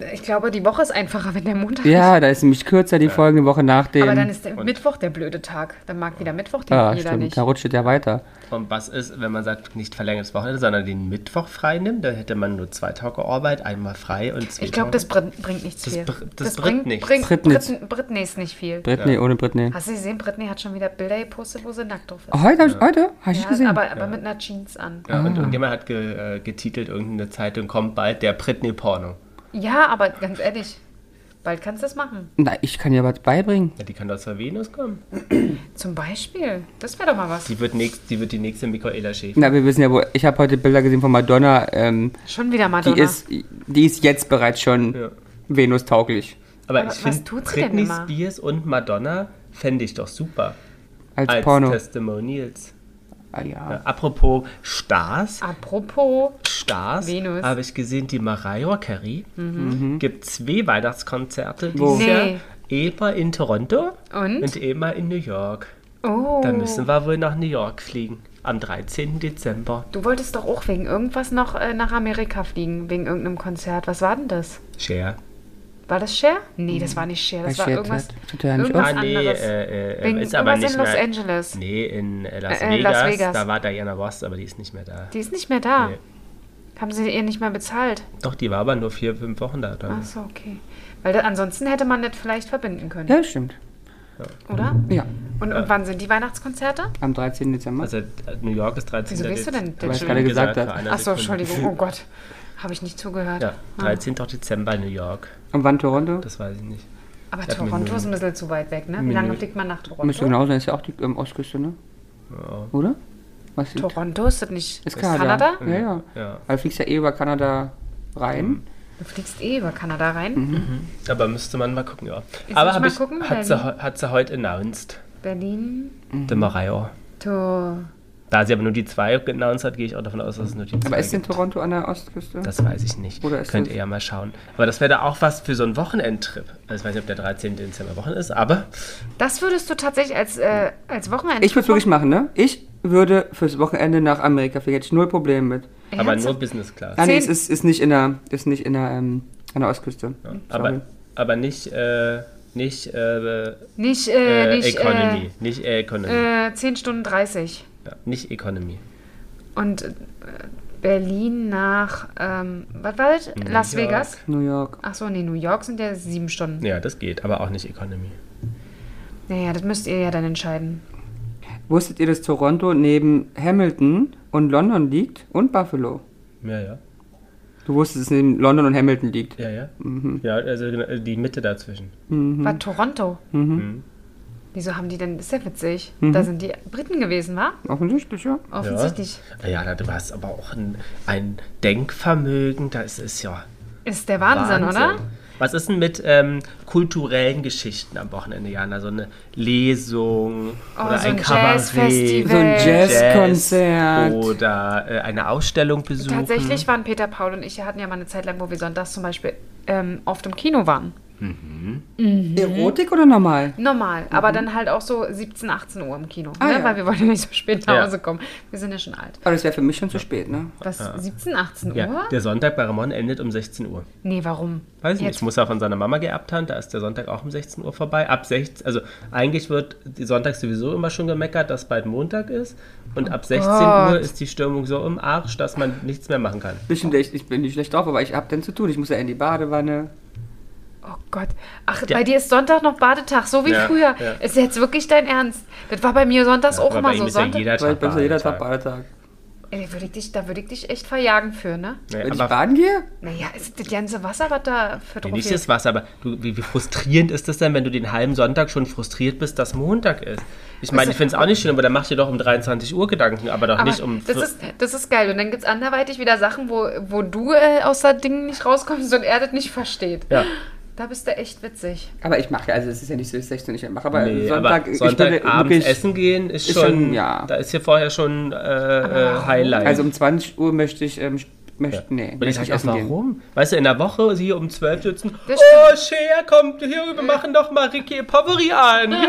A: äh, ich glaube, die Woche ist einfacher, wenn der Montag ist.
B: ja, da ist nämlich kürzer die folgende Woche nach dem.
A: Aber dann ist der
C: Und-
A: Mittwoch der blöde Tag. Dann mag wieder Mittwoch den
B: ah,
A: jeder
B: stimmt,
A: nicht.
B: da rutscht es ja weiter.
C: Und was ist, wenn man sagt, nicht verlängertes Wochenende, sondern den Mittwoch frei nimmt? Dann hätte man nur zwei Tage Arbeit, einmal frei und zwei
A: Ich glaube, das
C: Tage.
A: br bringt nichts
C: Das
A: viel.
C: br- das bringt nichts.
A: Bringt,
B: Bringt
A: Britney.
B: nichts.
A: Britney, ist nicht viel.
B: Britney, ohne Britney.
A: Hast du gesehen, Britney hat schon wieder Bilder gepostet, wo sie nackt drauf ist.
B: Oh, heute, hab ich, heute? Hast du
A: ja,
B: gesehen?
A: aber aber mit einer Jeans an.
C: Ja, und, und jemand hat ge, äh, getitelt, irgendeine Zeitung kommt bald der Britney-Porno.
A: Ja, aber ganz ehrlich, bald kannst du das machen.
B: Na, ich kann dir was beibringen.
C: Ja, die kann doch zur Venus kommen.
A: Zum Beispiel. Das wäre doch mal was.
C: Die wird, nächst, die, wird die nächste Michaela Schäfer.
B: Na, wir wissen ja, wo. Ich habe heute Bilder gesehen von Madonna. Ähm,
A: Schon wieder
B: die,
A: Madonna.
B: ist, die ist jetzt bereits schon
C: Ja.
B: Venus-tauglich.
C: Aber,
A: Aber
C: ich
A: was
C: finde,
A: tut sie denn
C: Britney
A: immer?
C: Spears und Madonna fände ich doch super.
B: Als,
C: Als
B: Porno.
C: Testimonials.
B: Ah, ja.
C: Ja, apropos Stars.
A: Apropos,
C: Stars
A: Venus. Mhm.
C: habe ich gesehen, die Mariah Carey gibt zwei Weihnachtskonzerte
B: Mhm. Wo?
C: dieses
A: Nee.
C: Jahr. Einmal in Toronto
A: Und?
C: und einmal in New York.
A: oh,
C: Da müssen wir wohl nach New York fliegen. Am 13. Dezember.
A: du wolltest doch auch wegen irgendwas noch äh, nach Amerika fliegen, wegen irgendeinem Konzert. Was war denn das?
C: Share.
A: War das Cher? Nee, das war nicht Cher,
B: Bei
A: das war
B: Hm. Cher
A: irgendwas,
B: tritt- tritt er nicht
A: irgendwas
C: Ah, nee,
A: anderes.
C: äh, äh,
A: wegen
C: ist aber
A: irgendwas
C: nicht
A: in Los
C: mehr-
A: Angeles.
C: Nee, in äh, Las,
A: Äh, äh,
C: Vegas.
A: Las Vegas.
C: Da war Diana Ross, aber die ist nicht mehr da.
A: Die ist nicht mehr da.
C: Nee.
A: Haben sie ihr nicht mehr bezahlt?
C: Doch, die war aber nur vier, fünf Wochen da. Dann.
A: Ach so, okay. Weil da, ansonsten hätte man das vielleicht verbinden können,
B: ja, stimmt.
A: oder?
B: Ja,
A: Und, und wann sind die Weihnachtskonzerte?
B: am 13. Dezember.
C: Also äh, New York ist 13.
A: Wieso weißt du denn
B: Weil
A: das
B: ich
A: schon?
B: gerade gesagt habe.
C: habe.
A: Achso, Entschuldigung, Ah. oh Gott. Habe ich nicht zugehört.
C: Ja, halt. 13. Dezember New York.
B: Und wann Toronto?
C: Das weiß ich nicht.
A: Aber
C: hab mir
A: Toronto
C: nur-
A: ist ein bisschen zu weit weg, ne? Wie lange fliegt man nach
B: Müsste
A: Toronto?
B: genau sein, ist ja auch die ähm, Ostküste, ne? Oder? Was ist,
A: Toronto ist das nicht
B: ist Kanada.
A: Kanada?
B: Ja, ja.
C: Ja.
B: Weil du fliegst ja eh über Kanada rein.
A: Du fliegst eh über Kanada rein.
B: Mhm.
C: Aber müsste man mal gucken, ja.
A: Ich
C: Aber
A: muss
C: hab
A: mal
C: ich,
A: gucken, Mhm.
C: hat, sie,
A: Berlin.
C: heu- hat sie heute announced,
A: Berlin,
C: die Mariah.
A: to
C: Da sie aber nur die zwei announced hat, gehe ich auch davon aus, dass es nur die zwei
B: Aber ist denn
C: gibt.
B: Toronto an der Ostküste?
C: Das weiß ich nicht.
B: Oder ist
C: Könnt
B: das-
C: ihr ja mal schauen. Aber das wäre da auch was für so einen Wochenendtrip. Also ich weiß nicht, ob der 13. Dezember Wochen ist, aber
A: Das würdest du tatsächlich als, äh, als Wochenende.
B: ich würde es wirklich machen, ne? Ich würde fürs Wochenende nach Amerika fliegen, hätte ich null Probleme mit.
C: aber
A: Ernsthaft?
C: nur Business Class.
B: Ah, nee, es
A: Zehn-
B: ist, ist nicht in der, ist nicht in der, ähm, an der Ostküste. Sorry.
C: Aber, aber nicht, äh, nicht, äh, äh,
A: Nicht, äh, nicht,
C: Economy. nicht äh, Economy.
A: Äh, äh, 10 Stunden 30.
C: ja, nicht Economy.
A: Und äh, Berlin nach, ähm, was war das? Las
C: York.
A: Vegas?
B: New York.
A: Achso, nee, New York sind ja sieben Stunden.
C: Ja, das geht, aber auch nicht Economy.
A: Naja, das müsst ihr ja dann entscheiden.
B: Wusstet ihr, dass Toronto neben Hamilton und London liegt und Buffalo?
C: Ja, ja.
B: Du wusstest, dass es neben London und Hamilton liegt.
C: Ja, ja.
B: Mhm.
C: Ja, also genau, die Mitte dazwischen.
A: War Toronto.
B: Mhm.
A: Wieso haben die denn, ist ja witzig. Da sind die Briten gewesen, wa?
B: Offensichtlich, ja.
A: Offensichtlich.
C: Ja, ja da- du hast aber auch ein, ein Denkvermögen, das ist ja
A: Ist der Wahnsinn, oder?
C: Was ist denn mit ähm, kulturellen Geschichten am Wochenende, Jana? So eine Lesung
A: Oh,
C: oder
A: so ein
C: ein Kabarett,
A: Jazzfestival.
B: So ein
A: Jazz.
B: Jazzkonzert.
C: oder äh, eine Ausstellung besuchen.
A: Tatsächlich waren Peter Paul und ich, wir hatten ja mal eine Zeit lang, wo wir sonntags zum Beispiel ähm, oft im Kino waren.
B: Erotik oder normal?
A: Normal,
C: Mhm.
A: aber dann halt auch so 17, 18 Uhr im Kino,
B: Ah,
A: ne?
B: ja.
A: weil wir wollten ja nicht so spät nach
C: Ja.
A: Hause kommen. Wir sind ja schon alt.
B: Aber das wäre für mich schon zu spät, ne?
A: Was, 17, 18
C: Ja,
A: Uhr?
C: der Sonntag bei Ramon endet um 16 Uhr.
A: Nee, warum?
C: Weiß ich nicht,
A: Jetzt-
C: muss er von seiner Mama geerbt haben, da ist der Sonntag auch um 16 Uhr vorbei. Ab 16, also eigentlich wird die Sonntags sowieso immer schon gemeckert, dass bald Montag ist. Und ab 16 Uhr
A: Oh Gott.
C: ist die Stimmung so im Arsch, dass man nichts mehr machen kann.
B: Bestimmt, echt, ich bin nicht schlecht drauf, aber ich hab dann zu tun. Ich muss ja in die Badewanne.
A: Oh Gott. Ach,
C: Ja.
A: bei dir ist Sonntag noch Badetag, so wie
C: Ja,
A: früher.
C: ja.
A: Ist jetzt wirklich dein Ernst? Das war bei mir sonntags auch
C: Aber
A: immer
C: bei ihm
A: so.
C: ist ja
A: Sonntag.
C: jeder
B: Weil
C: Tag.
B: ich bin so jeder Tag
C: Badetag.
B: Badetag.
A: Ey, da würde ich, dich- da würd ich dich echt verjagen für, ne?
C: Nee,
B: Wenn ich
C: aber
B: baden gehe?
A: Naja, ist das ganze Wasser, was da für
C: Nee,
A: drauf
C: nicht
A: ist.
C: das Wasser, aber du, wie, wie frustrierend ist das denn, wenn du den halben Sonntag schon frustriert bist, dass Montag ist? Ich meine, ich finde es auch nicht schön, aber dann machst du dir doch um 23 Uhr Gedanken, aber doch
A: Also Aber
C: nicht um.
A: das,
C: vier-
A: ist, das ist geil. Und dann gibt es anderweitig wieder Sachen, wo, wo du äh, aus der Ding nicht rauskommst und er das nicht versteht.
C: ja.
A: Da bist du echt witzig.
B: Aber ich mache ja, also es ist ja nicht so, dass ich 16 nicht mache, aber
C: Nee,
B: Sonntag,
C: aber
B: ich
C: Sonntag
B: bin
C: abends
B: wirklich,
C: essen gehen ist,
B: ist
C: schon,
B: schon, ja.
C: da ist hier vorher schon äh, äh, Highlight.
B: Also um 20 Uhr möchte ich, ähm, möchte, nee,
C: und
B: möchte
C: ich sage auch,
B: essen gehen.
C: warum? Weißt du, in der Woche hier um 12 sitzen,
A: Das
C: oh, Shea, kommt hier, wir machen doch mal Ricky Poveri an,
A: Das ist so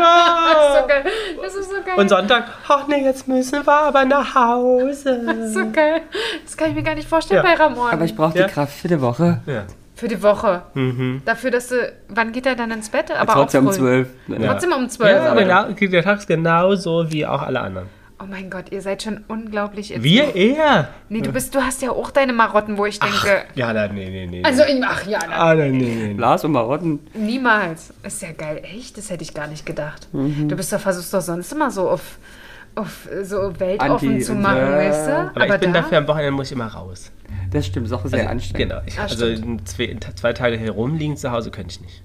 C: ja!
A: geil. Das ist so geil.
C: Ah. Und Sonntag, ach nee, jetzt müssen wir aber nach Hause.
A: das ist so geil. Das kann ich mir gar nicht vorstellen
C: Ja.
A: bei Ramon.
B: Aber ich brauche
C: Ja.
B: die Kraft für die Woche.
C: Ja.
A: für die Woche.
C: Mhm.
A: Dafür, dass du. Wann geht er dann ins Bett? Aber
B: Trotzdem
A: auch
B: um
A: früh.
B: 12.
C: Ja.
A: Trotzdem um 12.
C: Ja,
A: aber
C: genau, der Tag ist genauso wie auch alle anderen.
A: Oh mein Gott, ihr seid schon unglaublich. jetzt-
C: Wir eher.
A: Nee, du bist, du hast ja auch deine Marotten, wo ich denke.
C: Ja, nein, nee, nee, nee.
A: Also, ich- ach ja, na,
C: ah, nein, nee, nee.
B: Lars und Marotten.
A: niemals. Ist ja geil, echt? Das hätte ich gar nicht gedacht.
B: Mhm.
A: Du bist doch, versuchst doch sonst immer so auf, auf äh, so weltoffen
B: Anti-
A: zu machen,
B: Ja.
A: weißt du?
C: Aber, ich bin dafür am Wochenende muss ich immer raus.
B: Das stimmt, ist auch sehr anstrengend.
C: Genau. Ich,
A: Ah,
C: also zwei, zwei Tage herumliegen zu Hause könnte ich nicht.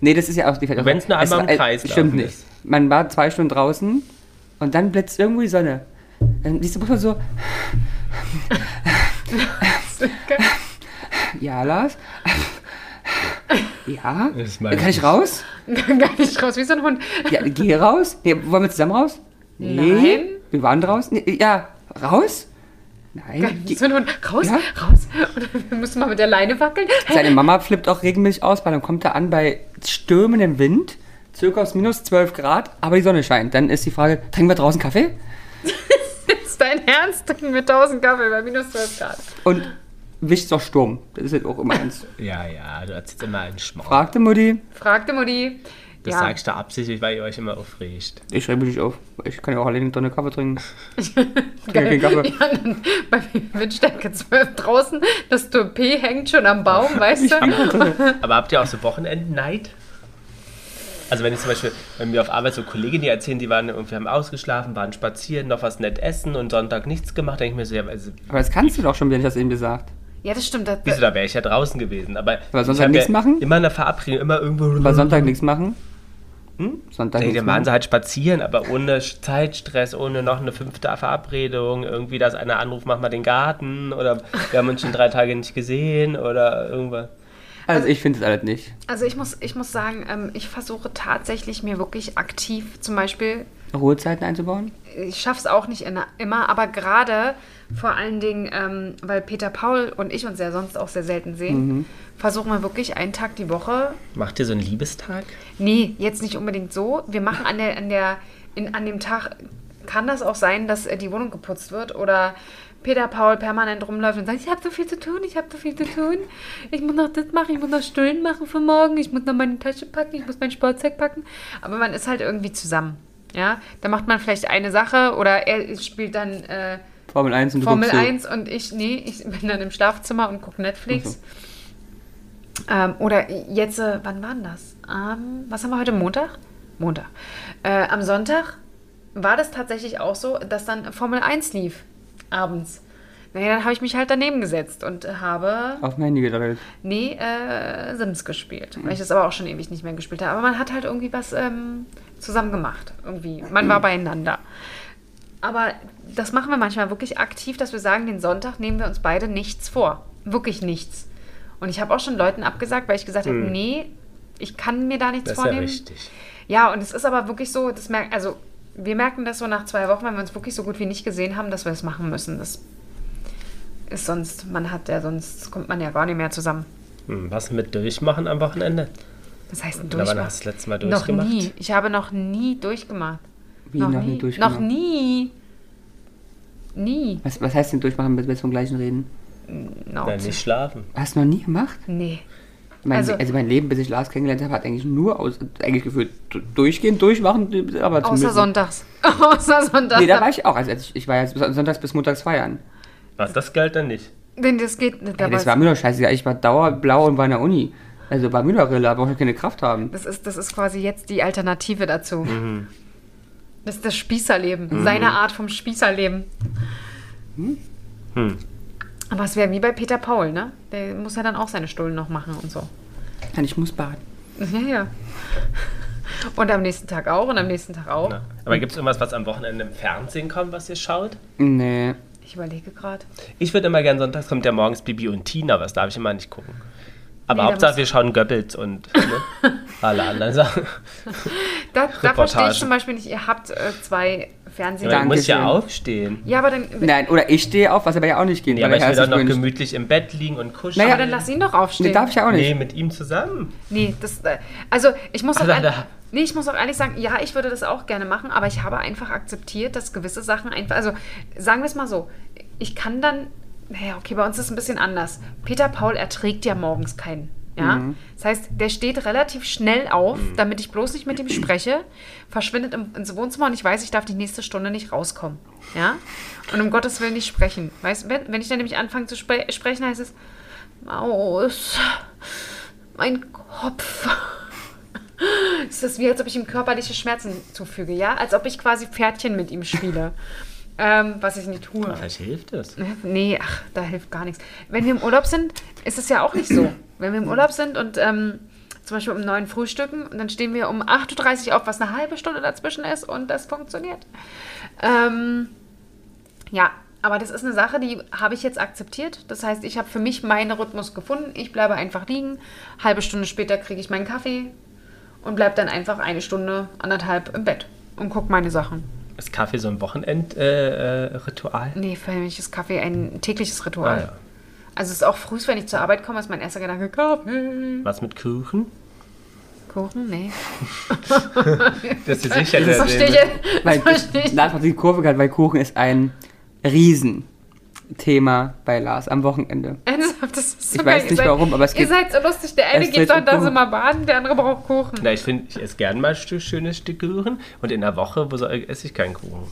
B: Nee, das ist ja auch die Wenn
C: Wenn's nur einmal im Kreis
B: Stimmt
C: laufen
B: nicht.
C: ist.
B: Man war zwei Stunden draußen und dann blitzt irgendwo die Sonne. Dann siehst du bloß so, ja, Lars. Ja.
C: Das meine
B: Kann ich
C: ich.
B: raus?
A: gar nicht raus, wie so ein Hund.
B: Ja, geh raus. Nee, wollen wir zusammen raus?
A: Nein.
B: Wir waren draußen. Nee, ja, raus? Nein.
A: Wie so ein Hund. Raus,
B: Ja.
A: raus. Und wir müssen mal mit der Leine wackeln.
B: Seine Mama flippt auch regelmäßig aus, weil dann kommt er an bei stürmendem Wind, circa aus minus 12 Grad, aber die Sonne scheint. Dann ist die Frage, trinken wir draußen Kaffee?
A: Ist dein Ernst? Trinken wir 1000 Kaffee bei minus 12 Grad.
B: Und wischt doch Sturm. Das ist halt auch immer eins.
C: Ja, ja, du erzählst immer einen Schmarrn.
B: Fragte Mutti.
A: Fragte Mutti.
C: Das sag ich da absichtlich, weil ihr euch immer aufregt.
B: Ich schreibe dich auf. Ich kann ja auch alleine eine Tonne Kaffee trinken. Ich trinke keinen Kaffee.
A: Ja, dann bei Windstärke 12 draußen, das Toupet hängt schon am Baum, weißt du?
C: Aber habt ihr auch so Wochenendneid? Also wenn ich zum Beispiel bei mir auf Arbeit so Kolleginnen, die erzählen, die waren irgendwie haben ausgeschlafen, waren spazieren, noch was nett essen und Sonntag nichts gemacht, denke ich mir so, ja, also,
B: Aber das kannst du doch schon wieder nicht, hast du eben gesagt.
A: Ja, das stimmt. Das,
C: wieso, da wäre ich ja draußen gewesen. Aber,
B: Aber Sonntag
C: ich hab
B: nichts
C: ja
B: machen?
C: Immer eine Verabredung, immer irgendwo.
B: Aber Sonntag nichts machen? Hm? Sonntag
C: Nee,
B: nichts
C: dann waren
B: machen.
C: sie halt spazieren, aber ohne Sch- Zeitstress, ohne noch eine fünfte Verabredung, irgendwie, dass einer anruft, mach mal den Garten oder wir haben uns schon drei Tage nicht gesehen oder irgendwas.
B: Also ich finde es alles nicht.
A: also ich muss, ich muss sagen, ähm, ich versuche tatsächlich mir wirklich aktiv zum Beispiel,
B: Ruhezeiten einzubauen?
A: ich schaffe es auch nicht in, immer, aber gerade vor allen Dingen, ähm, weil Peter Paul und ich uns ja sonst auch sehr selten sehen, versuchen wir wirklich einen Tag die Woche
C: Macht ihr so einen Liebestag?
A: Nee, jetzt nicht unbedingt so. Wir machen an der, an der, in, an dem Tag kann das auch sein, dass äh, die Wohnung geputzt wird oder Peter Paul permanent rumläuft und sagt, ich habe so viel zu tun, ich habe so viel zu tun. Ich muss noch das machen, ich muss noch Stullen machen für morgen, ich muss noch meine Tasche packen, ich muss meinen Sportsack packen. Aber man ist halt irgendwie zusammen. Ja, da macht man vielleicht eine Sache oder er spielt dann äh,
B: Formel 1 und du
A: Formel
B: guckst so-
A: 1 und ich, nee, ich bin dann im Schlafzimmer und gucke Netflix. Ähm, oder jetzt, äh, wann war denn das? Ähm, was haben wir heute? Montag? Montag. Äh, am Sonntag war das tatsächlich auch so, dass dann Formel 1 lief abends. Naja, dann habe ich mich halt daneben gesetzt und habe,
B: Auf mein Handy gedreht.
A: nee, äh, Sims gespielt. Weil ich das aber auch schon ewig nicht mehr gespielt habe. Aber man hat halt irgendwie was ähm, zusammen gemacht. Irgendwie. Man war beieinander. Aber das machen wir manchmal wirklich aktiv, dass wir sagen, den Sonntag nehmen wir uns beide nichts vor. Wirklich nichts. Und ich habe auch schon Leuten abgesagt, weil ich gesagt habe, nee, ich kann mir da nichts
C: Hm. Das ist ja
A: vornehmen.
C: richtig.
A: Ja, und es ist aber wirklich so, das merk, also wir merken das so nach zwei Wochen, wenn wir uns wirklich so gut wie nicht gesehen haben, dass wir das machen müssen. Das ist sonst, man hat ja sonst, kommt man ja gar nicht mehr zusammen.
C: Hm, was mit durchmachen am Wochenende?
A: Was heißt denn
C: Na, wann
A: durchmachen?
C: hast du das letzte Mal
A: Noch
C: durchgemacht?
A: nie. Ich habe noch nie durchgemacht.
B: Wie, noch nie durchgemacht?
A: Noch nie. Nie.
B: Was, was heißt denn durchmachen, wenn wir jetzt vom gleichen reden?
A: No.
C: Nein, nicht schlafen.
B: Hast du noch nie gemacht?
A: Nee.
B: Mein, also,
A: Also-
B: mein Leben, bis ich Lars kennengelernt habe, hat eigentlich nur aus, eigentlich gefühlt du- durchgehend, durchmachen, aber
A: Außer
B: zumindest-
A: sonntags. Außer sonntags.
B: Nee, da war ich auch. Also ich, ich war ja sonntags bis montags feiern.
C: Was, das galt dann nicht.
A: Denn das geht. Da
B: Ey, das
A: war's-
B: war mir doch scheißegal. Ich war dauerblau und war in der Uni. Also war mir doch Rille, aber auch keine Kraft haben.
A: Das ist, das ist quasi jetzt die Alternative dazu. Das ist das Spießerleben, seine Art vom Spießerleben.
C: Hm.
A: Aber es wäre wie bei Peter Paul, ne? Der muss ja dann auch seine Stullen noch machen und so.
B: Nein, ich muss baden.
A: Ja, ja. Und am nächsten Tag auch und am nächsten Tag auch.
C: Na. Aber gibt es irgendwas, was am Wochenende im Fernsehen kommt, was ihr schaut?
B: Nee.
A: Ich überlege gerade.
C: Ich würde immer gerne sonntags kommt ja morgens Bibi und Tina, was darf ich immer nicht gucken. Aber
A: Nee, da
C: Hauptsache
A: muss-
C: wir schauen Goebbels und ne, alle anderen Sachen.
A: Da, da verstehe ich
C: Reportagen.
A: zum Beispiel nicht, ihr habt äh, zwei
C: Ja, man
A: Fernseher.
B: Danke
C: muss
B: schön.
C: ja aufstehen.
A: Ja, aber dann,
B: Nein, oder ich stehe auf, was aber ja auch nicht geht.
C: Nee, aber ich will
B: erst
C: doch noch
B: nicht-
C: gemütlich im Bett liegen und kuscheln.
A: aber
B: Naja,
A: dann lass ihn doch aufstehen.
B: Nee, darf ich ja auch nicht.
C: Nee, mit ihm zusammen.
A: Nee, das, äh, also ich muss, auch
C: Alter.
A: ehrlich, nee, ich muss auch ehrlich sagen, ja, ich würde das auch gerne machen, aber ich habe einfach akzeptiert, dass gewisse Sachen einfach, also sagen wir es mal so, ich kann dann, naja, okay, bei uns ist es ein bisschen anders. Peter Paul erträgt ja morgens keinen. Ja? Das heißt, der steht relativ schnell auf, damit ich bloß nicht mit ihm spreche, verschwindet im, ins Wohnzimmer und ich weiß, ich darf die nächste Stunde nicht rauskommen. Ja? Und um Gottes Willen nicht sprechen. Weißt, wenn, wenn ich dann nämlich anfange zu spre sprechen, heißt es, Maus, mein Kopf. Es ist wie, als ob ich ihm körperliche Schmerzen zufüge, ja? Als ob ich quasi Pferdchen mit ihm spiele. ähm, was ich nicht tue.
C: Vielleicht hilft es.
A: Nee, ach, da hilft gar nichts. Wenn wir im Urlaub sind, ist es ja auch nicht so. Wenn wir im Urlaub sind und ähm, zum Beispiel um neun frühstücken, und dann stehen wir um 8.30 Uhr auf, was eine halbe Stunde dazwischen ist und das funktioniert. Ähm, ja, aber das ist eine Sache, die habe ich jetzt akzeptiert. Das heißt, ich habe für mich meinen Rhythmus gefunden. Ich bleibe einfach liegen. Halbe Stunde später kriege ich meinen Kaffee und bleibe dann einfach eine Stunde, anderthalb im Bett und gucke meine Sachen.
C: Ist Kaffee so ein Wochenendritual? Äh, Ritual?
A: Nee, für mich ist Kaffee ein tägliches Ritual.
C: ah, ja.
A: Also es ist auch früh, wenn ich zur Arbeit komme, ist mein erster Gedanke Kaffee.
C: Was mit Kuchen?
A: Kuchen? Nee.
C: Das ist sicher
A: Das
C: der
A: verstehe ich jetzt.
B: Weil
A: Das verstehe ich.
B: Lars hat die Kurve gehabt, weil Kuchen ist ein Riesenthema bei Lars am Wochenende.
A: Ernsthaft, das ist so
B: Ich weiß
A: geil.
B: nicht
A: Ihr seid-
B: warum, aber es
A: Ihr
B: geht-
A: seid so lustig. Der eine
B: es dreht
A: geht
B: um
A: sonntags
B: Kuchen.
A: immer baden, der andere braucht Kuchen.
C: Na, ich finde, ich esse gern mal ein Stück- schönes Stück Kuchen und in der Woche wo soll, esse ich keinen Kuchen.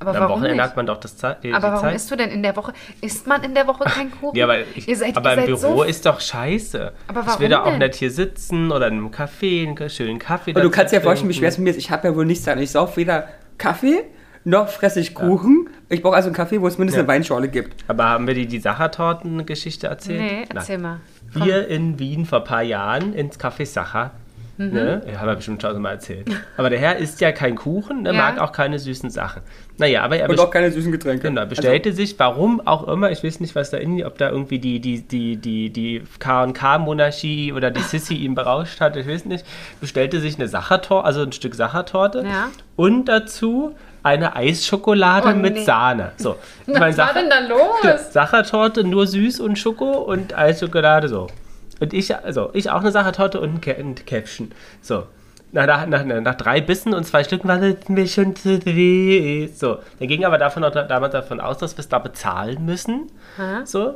A: Aber
C: Am
A: warum
C: Wochenende
A: nicht?
C: hat man doch das Zeit.
A: Aber warum
C: Zeit.
A: isst du denn in der Woche? Isst man in der Woche keinen Kuchen?
C: Ja, aber, ich,
A: ihr seid,
C: aber
A: ihr
C: im
A: seid
C: Büro
A: so,
C: ist doch scheiße.
A: Aber
C: ich will
A: warum
C: da auch
A: denn?
C: nicht hier sitzen oder in einem Café einen schönen Kaffee.
B: Und du
C: dazu
B: kannst dir vorstellen, wie
C: trinken.
B: schwer es mit mir ist. Ich habe ja wohl nichts an. Ich sauf weder Kaffee, noch fresse ich Kuchen. Ich brauche also einen Kaffee, wo es mindestens
C: Ja.
B: eine Weinschorle gibt.
C: Aber haben wir dir die Sachertorten-Geschichte erzählt?
A: Nee, erzähl
C: Nein.
A: mal.
C: Wir in Wien vor ein paar Jahren ins Café Sacher.
A: Mhm.
C: Ne? Ich habe ja bestimmt tausendmal erzählt. Aber der Herr isst ja keinen Kuchen, ne?
A: Ja.
C: mag auch keine süßen Sachen. Naja, aber er
B: Und
C: best-
B: auch also keine süßen Getränke.
C: Genau, bestellte sich, warum auch immer, ich weiß nicht, was da in, ob da irgendwie die, die, die, die, die K&K-Monarchie oder die Sissy ihn berauscht hat, ich weiß nicht, bestellte sich eine Sachertorte, also ein Stück Sachertorte
A: Ja.
C: und dazu eine Eisschokolade
A: Oh,
C: mit
A: nee.
C: Sahne. So, ich meine,
A: was war
C: Sacher-
A: denn da los?
C: Sachertorte nur süß und Schoko und Eisschokolade so. Und ich, also ich auch eine Sachertorte und ein, Kä ein Käppchen. So. Nach, nach, nach, nach drei Bissen und zwei Stücken war das mir schon zu weh. So. Dann ging aber davon auch, damals davon aus, dass wir es da bezahlen müssen. So.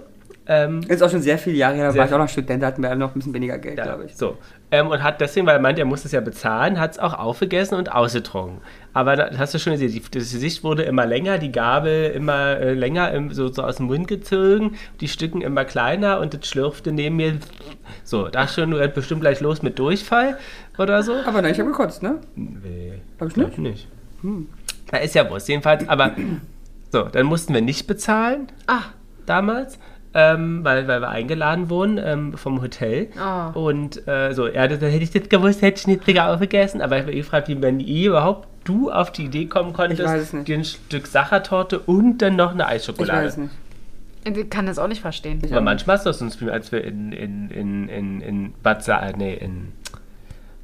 C: Ähm,
B: Also, Ist auch schon sehr viele Jahre her, da
C: Sehr
B: war ich auch noch Student, da hatten wir alle noch ein bisschen weniger Geld, glaube ich.
C: So. Ähm, und hat deswegen, weil er meint, er muss es ja bezahlen, hat es auch aufgegessen und ausgetrunken. Aber da, hast du schon gesehen, die, das Gesicht wurde immer länger, die Gabel immer äh, länger im, so, so aus dem Mund gezogen, die Stücken immer kleiner und das schlürfte neben mir. So, da schon äh, bestimmt gleich los mit Durchfall oder so.
B: Aber nein, ich habe gekotzt, ne?
C: Nee.
B: Glaub ich
C: glaub
B: nicht.
C: nicht. Da ist ja Wurst, jedenfalls. Aber so, dann mussten wir nicht bezahlen
A: Ah,
C: damals, ähm, weil, weil wir eingeladen wurden ähm, vom Hotel.
B: Ah.
A: Oh.
C: Und äh, so, ja, das, das hätte ich nicht gewusst, hätte ich nicht Digga aufgegessen. Aber ich habe gefragt, wie wenn ihr überhaupt du auf die Idee kommen
B: Ich weiß es
C: konntest,
B: nicht.
C: dir ein Stück Sachertorte und dann noch eine
B: Ich
C: Eisschokolade.
B: weiß es nicht.
A: ich kann das auch nicht verstehen.
C: Aber manchmal ist das uns, als wir in, in, in, in, in Bad Sa äh, nee, in.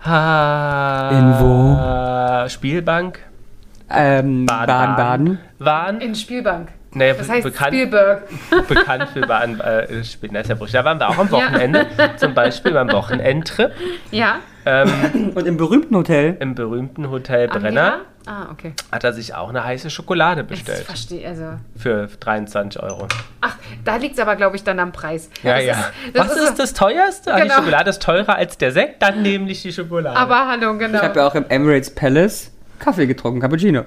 C: Ha
D: In
C: wo? Spielbank
B: Ähm, Baden, Baden.
C: waren.
B: Äh,
A: In Spielbank.
C: Naja,
A: Das heißt
C: bekannt,
A: Spielberg.
C: bekannt für waren, äh, Spielen. Das ist ja wurscht. Da waren wir auch am Wochenende, zum Beispiel beim Wochenendtrip
A: Ja.
C: ähm,
B: Und im berühmten Hotel.
C: im berühmten Hotel
A: am
C: Brenner.
A: Meer? Ah, okay.
C: Hat er sich auch eine heiße Schokolade
A: Ich
C: bestellt
A: verstehe, also.
C: für 23 Euro.
A: Ach, da liegt es aber, glaube ich, dann am Preis. Das Ist, das
C: Was
A: ist,
C: ist das teuerste? Ah, Die
A: Genau.
C: Schokolade ist teurer als der Sekt, dann nämlich die Schokolade.
A: Aber hallo, genau.
B: Ich habe ja auch im Emirates Palace Kaffee getrunken, Cappuccino.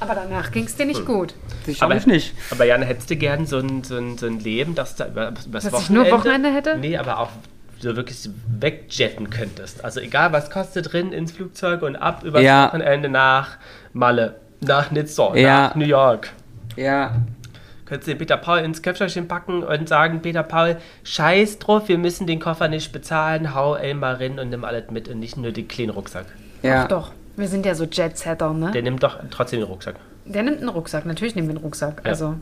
A: Aber danach ging es dir
B: Hm.
A: nicht gut.
B: Das
C: Aber-
B: aber ich nicht.
C: Aber Jan, hättest du gern so ein, so ein, so ein Leben, dass da über, übers
A: Dass ich nur Wochenende hätte?
C: Nee, aber auch so wirklich wegjetten könntest. Also egal, was kostet drin ins Flugzeug und ab übers
B: Ja.
C: Wochenende nach Malle, nach Nizza,
B: Ja.
C: nach New York.
B: Ja.
C: Könntest du den Peter Paul ins Köpfchen packen und sagen, Peter Paul, scheiß drauf, wir müssen den Koffer nicht bezahlen, hau Elmar rein und nimm alles mit und nicht nur den kleinen Rucksack.
B: Ja.
A: Ach doch. Wir sind ja so Jet-Setter, ne?
C: Der nimmt doch trotzdem den Rucksack.
A: Der nimmt einen Rucksack. Natürlich nehmen wir einen Rucksack. Also,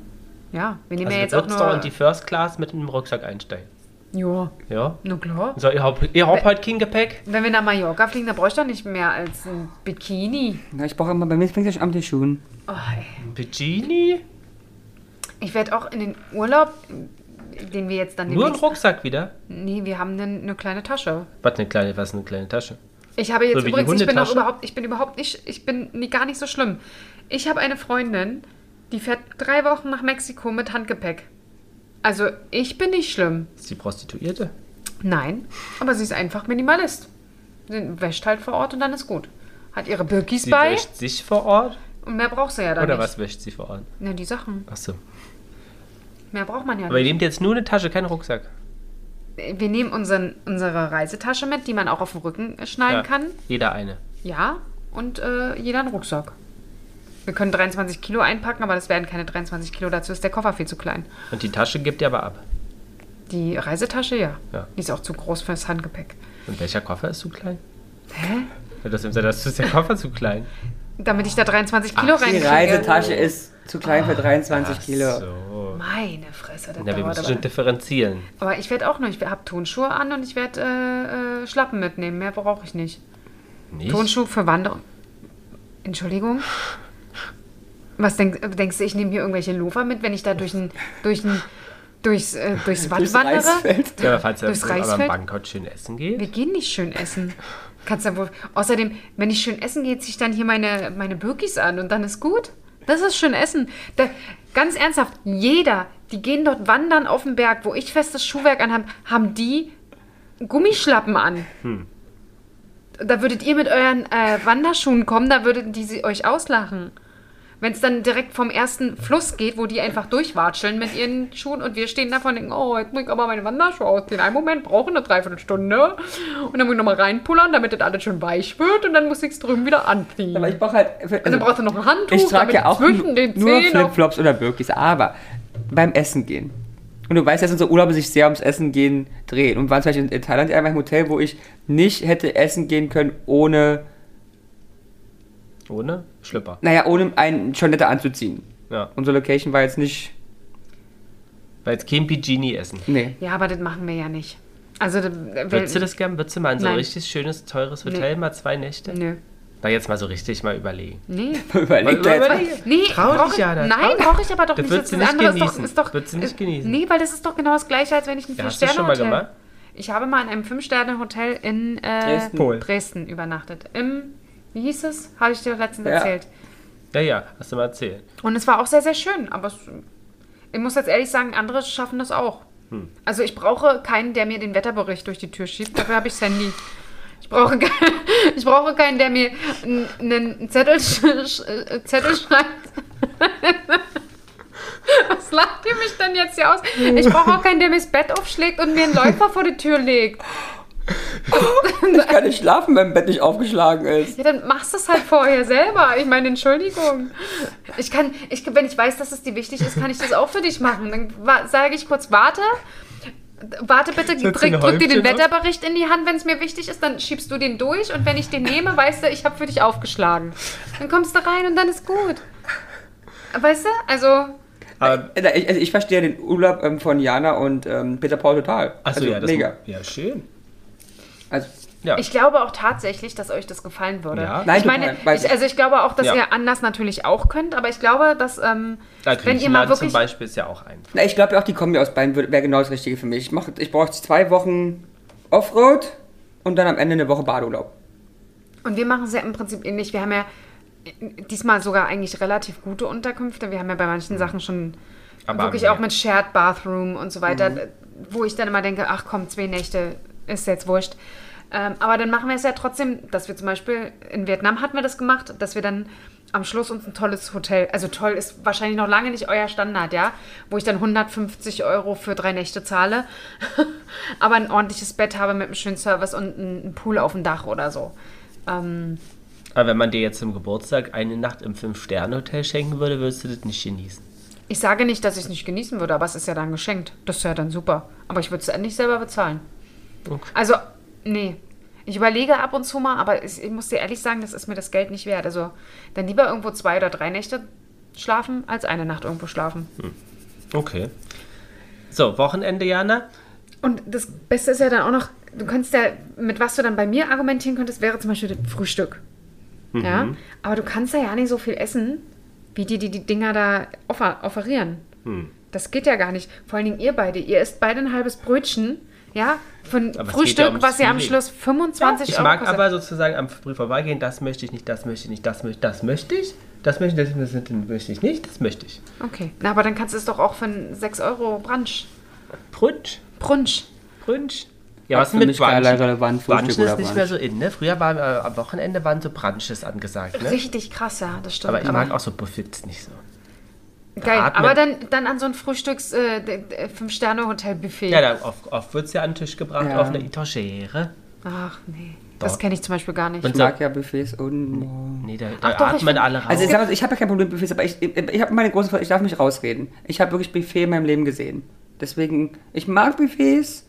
A: ja. Wir nehmen ja
C: Also du
A: jetzt auch
C: würdest doch
A: nur...
C: in die First Class mit einem Rucksack einsteigen.
A: ja,
C: Ja?
A: na klar.
C: So, ihr habt, ihr habt heute kein Gepäck?
A: Wenn wir nach Mallorca fliegen, da bräuchte ich doch nicht mehr als ein Bikini.
B: Na, Ich brauche immer, bei mir fängt es schon an mit den Schuhen.
A: Oh, ey.
C: Bikini?
A: Ich werde auch in den Urlaub, den wir jetzt dann
C: Nur ein
A: demnächst-
C: Rucksack wieder?
A: Nee, wir haben eine, eine kleine Tasche.
C: Was eine kleine, was eine kleine Tasche?
A: Ich habe jetzt
C: So wie die
A: übrigens, ich bin auch
C: Hundetasche?
A: überhaupt, ich bin überhaupt nicht, ich bin nie, gar nicht so schlimm. Ich habe eine Freundin, die fährt drei Wochen nach Mexiko mit Handgepäck. Also ich bin nicht schlimm.
C: Ist die Prostituierte?
A: Nein, aber sie ist einfach Minimalist. Sie wäscht halt vor Ort und dann ist gut. Hat ihre Birkis
C: Sie
A: bei
C: wäscht sich vor Ort?
A: und mehr braucht sie ja dann
C: Oder
A: nicht.
C: was wäscht sie vor Ort?
A: Na, die Sachen.
C: Achso.
A: Mehr braucht man ja
C: Aber ihr
A: nicht.
C: nehmt jetzt nur eine Tasche, keinen Rucksack.
A: Wir nehmen unseren, unsere Reisetasche mit, die man auch auf den Rücken schneiden
C: Ja,
A: kann.
C: Jeder eine.
A: Ja, und äh, jeder einen Rucksack. Wir können 23 Kilo einpacken, aber das werden keine 23 Kilo. Dazu ist der Koffer viel zu klein.
C: Und die Tasche gibt ihr aber ab.
A: Die Reisetasche, ja.
C: Ja.
A: Die ist auch zu groß fürs Handgepäck.
C: Und welcher Koffer ist zu klein? Hä? Das, das ist der Koffer zu klein.
A: Damit ich da 23 Kilo
B: Die
A: reinkriege.
B: Reisetasche ist zu klein
A: Ah,
B: für 23 Kilo.
C: So.
A: Meine Fresse, das
C: Na, wir
A: dauert
C: müssen schon
A: aber.
C: differenzieren.
A: Aber ich werde auch nur, ich habe Tonschuhe an und ich werde äh, äh, Schlappen mitnehmen. Mehr brauche ich nicht.
C: Nicht?
A: Tonschuh für Wanderung. Entschuldigung. Was denk, äh, denkst du, ich nehme hier irgendwelche Lofer mit, wenn ich da durch ein, durch ein, durchs, äh, durchs Watt
B: Durchs
A: wandere?
B: Reisfeld.
C: Ja, falls ihr
A: Durchs
C: aber in
A: Reisfeld?
C: Bangkok schön essen geht.
A: Wir gehen nicht schön essen. Kannst ja wohl. Außerdem, wenn ich schön essen gehe, ziehe ich dann hier meine, meine Birkis an und dann ist gut. Das ist schön essen. Da, ganz ernsthaft, jeder, die gehen dort wandern auf dem Berg, wo ich festes Schuhwerk anhabe, haben die Gummischlappen an. Da würdet ihr mit euren äh, Wanderschuhen kommen, da würden die sie euch auslachen. Wenn es dann direkt vom ersten Fluss geht, wo die einfach durchwatscheln mit ihren Schuhen und wir stehen davon und denken, oh, jetzt muss ich aber meine Wanderschuhe ausziehen. Einen Moment brauche eine Dreiviertelstunde. Und dann muss ich nochmal reinpullern, damit das alles schön weich wird und dann muss ich es drüben wieder anziehen.
B: Aber
A: Und
B: ich brauche halt. Für,
A: dann Also brauchst du noch ein Handtuch,
B: ich trage
A: damit
B: ja auch
A: zwischen den
B: nur
A: Zehen auf-
B: Flipflops oder Birkis, aber beim Essen gehen. Und du weißt, dass unsere Urlaube sich sehr ums Essen gehen drehen. Und wir waren zum Beispiel in- in Thailand in einem Hotel, wo ich nicht hätte essen gehen können, ohne,
C: Ohne Schlüpper.
B: naja, ohne einen Schonette anzuziehen.
C: Ja.
B: Unsere Location war jetzt nicht,
C: Weil jetzt kein Pigini essen.
B: nee.
A: Ja, aber das machen wir ja nicht. Also, das-
C: Würdest du das gern? Würdest du mal in so ein
A: Nein.
C: richtig schönes, teures Hotel mal zwei Nächte?
A: Nö.
C: Na, jetzt mal so richtig mal überlegen.
A: Nee.
B: Überlegt er jetzt.
A: Nee,
C: Trau
A: brauch
C: dich,
A: ich,
C: Jana,
A: Nein, brauche ich aber doch
C: Das
A: nicht.
C: wird sie
A: das
C: nicht
A: andere
C: genießen.
A: Ist doch, ist doch,
C: Wird sie nicht genießen.
A: Nee, weil das ist doch genau das Gleiche, als wenn ich ein
C: Ja,
A: vier
C: hast du das
A: sterne
C: schon mal gemacht?
A: Ich habe mal in einem Fünf-Sterne-Hotel in äh,
B: Dresden.
C: Polen.
A: Dresden. übernachtet. Im, wie hieß es? Habe ich dir doch letztens
B: Ja.
A: erzählt.
C: Ja, ja, hast du mal erzählt.
A: Und es war auch sehr, sehr schön, aber es Ich muss jetzt ehrlich sagen, andere schaffen das auch. Also ich brauche keinen, der mir den Wetterbericht durch die Tür schiebt. Dafür habe ich Sandy. Ich brauche, ke- ich brauche keinen, der mir n- einen Zettel, sch sch äh, Zettel schreibt. Was lacht ihr mich denn jetzt hier aus? Ich brauche auch keinen, der mir das Bett aufschlägt und mir einen Läufer vor die Tür legt.
B: Ich kann nicht schlafen, wenn Bett nicht aufgeschlagen ist.
A: Ja, dann machst du es halt vorher selber. Ich meine, Entschuldigung. Ich kann, ich, wenn ich weiß, dass es dir wichtig ist, kann ich das auch für dich machen. Dann wa- sage ich kurz, warte. Warte bitte,
C: dir
A: drück,
C: ein
A: drück dir den
C: Häufchen auf?
A: Wetterbericht in die Hand, wenn es mir wichtig ist, dann schiebst du den durch und wenn ich den nehme, weißt du, ich habe für dich aufgeschlagen. Dann kommst du rein und dann ist gut. Weißt du, also
C: Aber,
B: Na, Ich, also ich verstehe den Urlaub ähm, von Jana und ähm, Peter Paul total.
C: achso,
B: also,
C: ja, das
B: mega.
C: Ja, schön.
B: Also,
C: Ja.
A: Ich glaube auch tatsächlich, dass euch das gefallen würde.
C: Ja.
B: Nein,
A: ich meine,
B: total, weiß
A: ich,
B: ich.
A: also ich glaube auch, dass
C: Ja.
A: ihr anders natürlich auch könnt, aber ich glaube, dass ähm,
C: da
A: wenn ihr mal
C: Griechenland zum
A: wirklich
C: Beispiel ist ja auch ein.
B: na, ich glaube ja auch, die Kombi aus beiden wäre genau das Richtige für mich. Ich, mach- ich brauche zwei Wochen Offroad und dann am Ende eine Woche Badeurlaub.
A: und wir machen es ja im Prinzip ähnlich. Wir haben ja äh, diesmal sogar eigentlich relativ gute Unterkünfte. Wir haben ja bei manchen Sachen schon
C: Mhm. Aber
A: wirklich
C: mehr. Mhm.
A: auch mit Shared Bathroom und so weiter, wo ich dann immer denke, ach komm, zwei Nächte ist jetzt wurscht. Ähm, aber dann machen wir es ja trotzdem, dass wir zum Beispiel in Vietnam hatten wir das gemacht, dass wir dann am Schluss uns ein tolles Hotel, also toll ist wahrscheinlich noch lange nicht euer Standard, ja, wo ich dann 150 Euro für drei Nächte zahle, aber ein ordentliches Bett habe mit einem schönen Service und einem Pool auf dem Dach oder so. Ähm,
C: Aber wenn man dir jetzt zum Geburtstag eine Nacht im Fünf-Sterne-Hotel schenken würde, würdest du das nicht genießen.
A: ich sage nicht, dass ich es nicht genießen würde, aber es ist ja dann geschenkt. Das ist ja dann super. Aber ich würde es nicht selber bezahlen.
C: Okay.
A: Also, nee. Ich überlege ab und zu mal, aber es- ich muss dir ehrlich sagen, das ist mir das Geld nicht wert. Also, dann lieber irgendwo zwei oder drei Nächte schlafen, als eine Nacht irgendwo schlafen.
C: okay. So, Wochenende, Jana.
A: Und das Beste ist ja dann auch noch, du könntest ja, mit was du dann bei mir argumentieren könntest, wäre zum Beispiel das Frühstück.
C: Mhm.
A: Ja? Aber du kannst ja ja nicht so viel essen, wie die, die die Dinger da offer, offerieren.
C: Mhm.
A: Das geht ja gar nicht. Vor allen Dingen ihr beide. Ihr isst beide ein halbes Brötchen, ja, von
C: Aber es geht ja
A: Frühstück,
C: ums
A: was ihr am
C: Feeling.
A: Schluss 25
C: Ich
A: Euro
C: mag
A: kostet.
C: aber sozusagen am Brief vorbeigehen, das möchte ich nicht, das möchte ich nicht, das möchte ich, das möchte ich, das möchte ich, das möchte ich, das möchte ich nicht, das möchte ich.
A: Okay, na, aber dann kannst du es doch auch für einen 6 Euro Brunch.
C: Brunch,
A: Brunch.
C: Brunch. Ja,
B: Hat
C: was
B: für
C: denn mit
B: mich keinerlei
C: Brunch?
B: Relevanz,
C: Brunch
B: Frühstück
C: ist
B: oder
C: nicht mehr
B: Brunch.
C: so in, ne? Früher waren, äh, am Wochenende waren so Brunches angesagt, ne?
A: Richtig krass, ja, das stimmt.
C: Aber ich mag auch so Buffets nicht so.
A: Geil,
C: atmen.
A: aber dann, dann an so ein Frühstücks äh, d- d- Fünf-Sterne-Hotel-Buffet.
C: Ja, da oft, oft wird es ja an den Tisch gebracht,
B: Ja.
C: auf eine Itoschere.
A: Ach nee, das
C: Doch.
A: kenne ich zum Beispiel gar nicht.
B: Ich
C: Und so,
B: mag ja Buffets und.
C: nee, da, da
A: Ach doch, ich
C: atmen
A: find-
C: alle raus.
B: Also ich, sag mal so, ich habe ja kein Problem mit Buffets, aber ich, ich, ich habe meine große ich darf mich rausreden. Ich habe wirklich Buffet in meinem Leben gesehen. Deswegen, ich mag Buffets,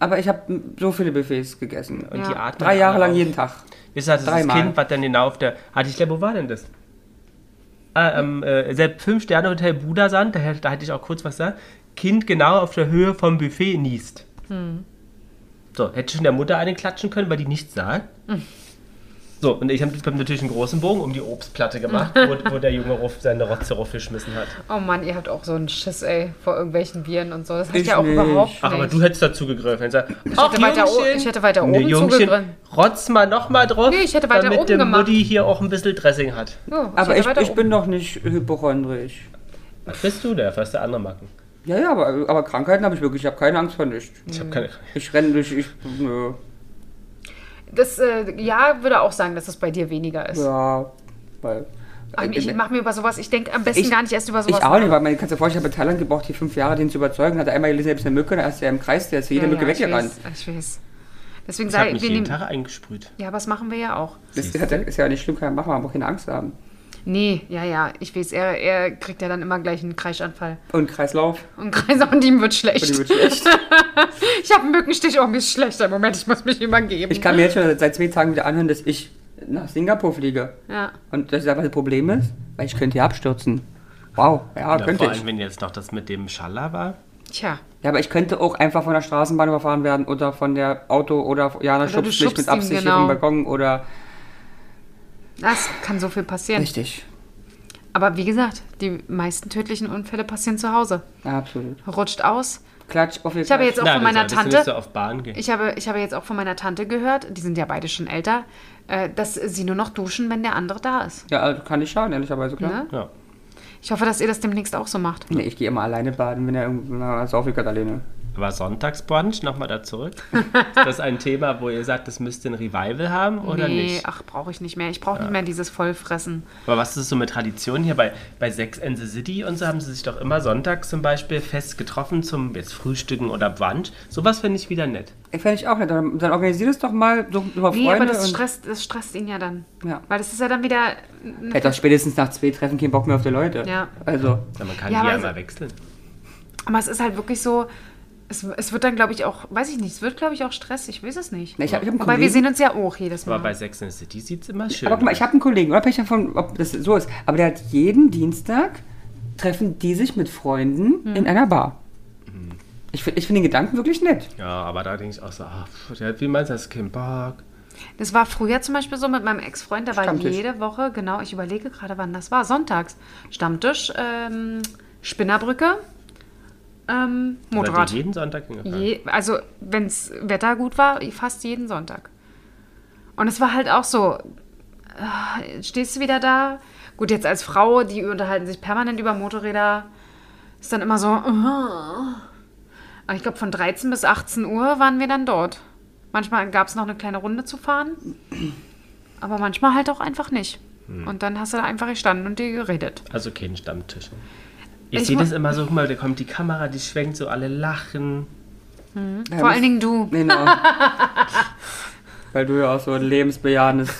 B: aber ich habe so viele Buffets gegessen.
C: und die
A: Ja.
C: atmen
B: Drei Jahre
C: alle
B: lang
C: auf.
B: jeden Tag.
C: Wisst ihr, das ist das
B: Dreimal.
C: Kind, was dann genau auf der. Hatte ich glaube, wo war denn das? Ah, ähm, äh, selbst 5-Sterne-Hotel Budasand, da, hätte- da hatte ich auch kurz was da. Kind genau auf der Höhe vom Buffet niest.
A: Hm.
C: So, hätte schon der Mutter eine klatschen können, weil die nichts sagt. So, und ich habe natürlich einen großen Bogen um die Obstplatte gemacht, wo, wo der junge Ruff seine Rotze raufgeschmissen hat.
A: Oh Mann, ihr habt auch so einen Schiss, ey, vor irgendwelchen Viren und so. Das habt
B: Ich
A: ihr auch
B: nicht.
A: überhaupt nicht.
C: Ach, aber du hättest dazu gegriffen. Ich,
A: Ich hätte weiter o- ich hätte weiter oben zugegriffen.
C: Rotz mal nochmal drauf,
A: Nee, ich hätte weiter
C: damit
A: oben
C: der
A: gemacht.
C: Mutti hier auch ein bisschen Dressing hat.
A: Jo, ich
B: Aber
A: hätte
B: ich,
A: weiter
B: ich
A: oben.
B: bin noch nicht hypochondrisch.
C: Was bist du der? Was der andere Macken?
B: Ja, ja, aber, aber Krankheiten habe ich wirklich. Ich habe keine Angst vor nichts.
C: Ich habe keine.
B: Ich renne durch, ich, nö,
A: Das, äh, ja, würde auch sagen, dass das bei dir weniger ist.
B: ja, weil...
A: Ach, ich mache mir über sowas, ich denke am besten
B: Ich-
A: gar nicht erst über
B: Ich
A: sowas.
B: auch nicht, weil man kannst dir vorstellen, ich habe in Thailand gebraucht, hier fünf Jahre, den zu überzeugen. Hat er einmal gelesen, er ist eine Mücke, dann ist er im Kreis, der ist jede
A: ja,
B: Mücke
A: ja, ich
B: weggerannt.
A: weiß, ich weiß. Deswegen
C: Ich habe
A: sage
C: mich
A: wir
C: jeden
A: nehmen.
C: Tag eingesprüht.
A: Ja, aber das machen wir ja auch.
B: Das ist, ja- ist ja nicht schlimm, kann man machen, man braucht keine Angst haben.
A: Nee, ja, ja, ich weiß, er, er kriegt ja dann immer gleich einen Kreischanfall.
B: Und Kreislauf,
A: Und Kreis und ihm wird
B: für die
A: schlecht.
B: wird schlecht.
A: Ich habe einen Mückenstich, oh, mir ist schlecht. Einen Moment, ich muss mich übergeben.
B: Ich kann mir jetzt schon seit zwei Tagen wieder anhören, dass ich nach Singapur fliege.
A: Ja.
B: Und das ist einfach das Problem ist, weil ich könnte hier abstürzen. Wow, ja,
C: Ja,
B: könnte
C: vor
B: ich.
C: allem, wenn jetzt noch das mit dem Schaller war.
A: Tja,
B: Ja, aber ich könnte auch einfach von der Straßenbahn überfahren werden oder von der Auto oder Jana
A: du
B: schubst mich
A: schubst
B: mit
A: ihn,
B: Absicht
A: genau.
B: hier vom Balkon oder.
A: das kann so viel passieren.
B: Richtig.
A: Aber wie gesagt, die meisten tödlichen Unfälle passieren zu Hause.
B: Absolut.
A: Rutscht aus.
B: Klatsch auf ihr
A: Ich habe jetzt auch
C: Na,
A: von
C: dann
A: meiner
C: solltest Du nicht so
A: Tante.
C: auf Bahn gehen.
A: Ich habe, ich habe jetzt auch von meiner Tante gehört, die sind ja beide schon älter, äh, dass sie nur noch duschen, wenn der andere da ist.
B: Ja, also kann nicht schaden, ehrlicherweise, klar.
A: Ne?
C: Ja.
A: Ich hoffe, dass ihr das demnächst auch so macht.
B: Nee, ich gehe immer alleine baden, wenn er irgendwann so aufgekehrt alleine.
C: Aber Sonntagsbrunch, nochmal da zurück. Ist das ein Thema, wo ihr sagt, das müsste ein Revival haben oder
A: nee,
C: nicht?
A: ach, brauche ich nicht mehr. Ich brauche nicht mehr dieses Vollfressen.
C: Aber was ist so mit Tradition hier? Bei, bei Sex and the City und so haben sie sich doch immer sonntags zum Beispiel fest getroffen zum jetzt Frühstücken oder Brunch. Sowas finde ich wieder nett.
B: Fände ich auch nett. Dann, dann organisier das doch mal, such über
A: Nee,
B: Freunde.
A: aber das
B: und-
A: stresst, das stresst ihn ja dann.
B: Ja.
A: Weil das ist ja dann wieder.
B: Hätte auch spätestens nach zwei Treffen keinen Bock mehr auf die Leute.
A: Ja.
B: Also,
C: Ja, man kann
A: Ja,
C: die
A: aber
C: ja
A: so-
C: immer wechseln.
A: Aber es ist halt wirklich so. Es, es wird dann, glaube ich, auch. Weiß ich nicht. Es wird, glaube ich, auch stressig. Ich weiß es nicht.
B: na, ich habe ich hab einen
A: Wobei
B: Kollegen.
A: wir sehen uns ja auch jedes Mal.
C: Aber bei Sex and the City sieht es immer schön
B: aber guck mal,
C: aus.
B: ich habe einen Kollegen, oder? Pech von, ob das so ist. Aber der hat jeden Dienstag treffen die sich mit Freunden
A: Hm.
B: in einer Bar. Ich, fi- ich finde den Gedanken wirklich nett.
C: Ja, aber da denke ich auch so, ah, pff, der hat, wie meinst du das, Kim Park?
A: Das war früher zum Beispiel so mit meinem Ex-Freund, der war
B: Stammtisch.
A: jede Woche, genau, ich überlege gerade, wann das war, sonntags. Stammtisch, ähm, Spinnerbrücke, ähm, Motorrad.
C: Seid ihr jeden Sonntag hingefahren?
A: Je, also, wenn das Wetter gut war, fast jeden Sonntag. Und es war halt auch so, äh, stehst du wieder da? Gut, jetzt als Frau, die unterhalten sich permanent über Motorräder, ist dann immer so, äh. aber ich glaube, von 13 bis 18 Uhr waren wir dann dort. Manchmal gab es noch eine kleine Runde zu fahren, aber manchmal halt auch einfach nicht. Und dann hast du da einfach gestanden und dir geredet.
C: Also kein Stammtisch. Ich,
A: Ich
C: sehe
A: mu-
C: das immer so, guck mal, da kommt die Kamera, die schwenkt so, alle lachen.
A: Vor allen Dingen du.
B: Genau. Weil du ja auch so ein lebensbejahendes,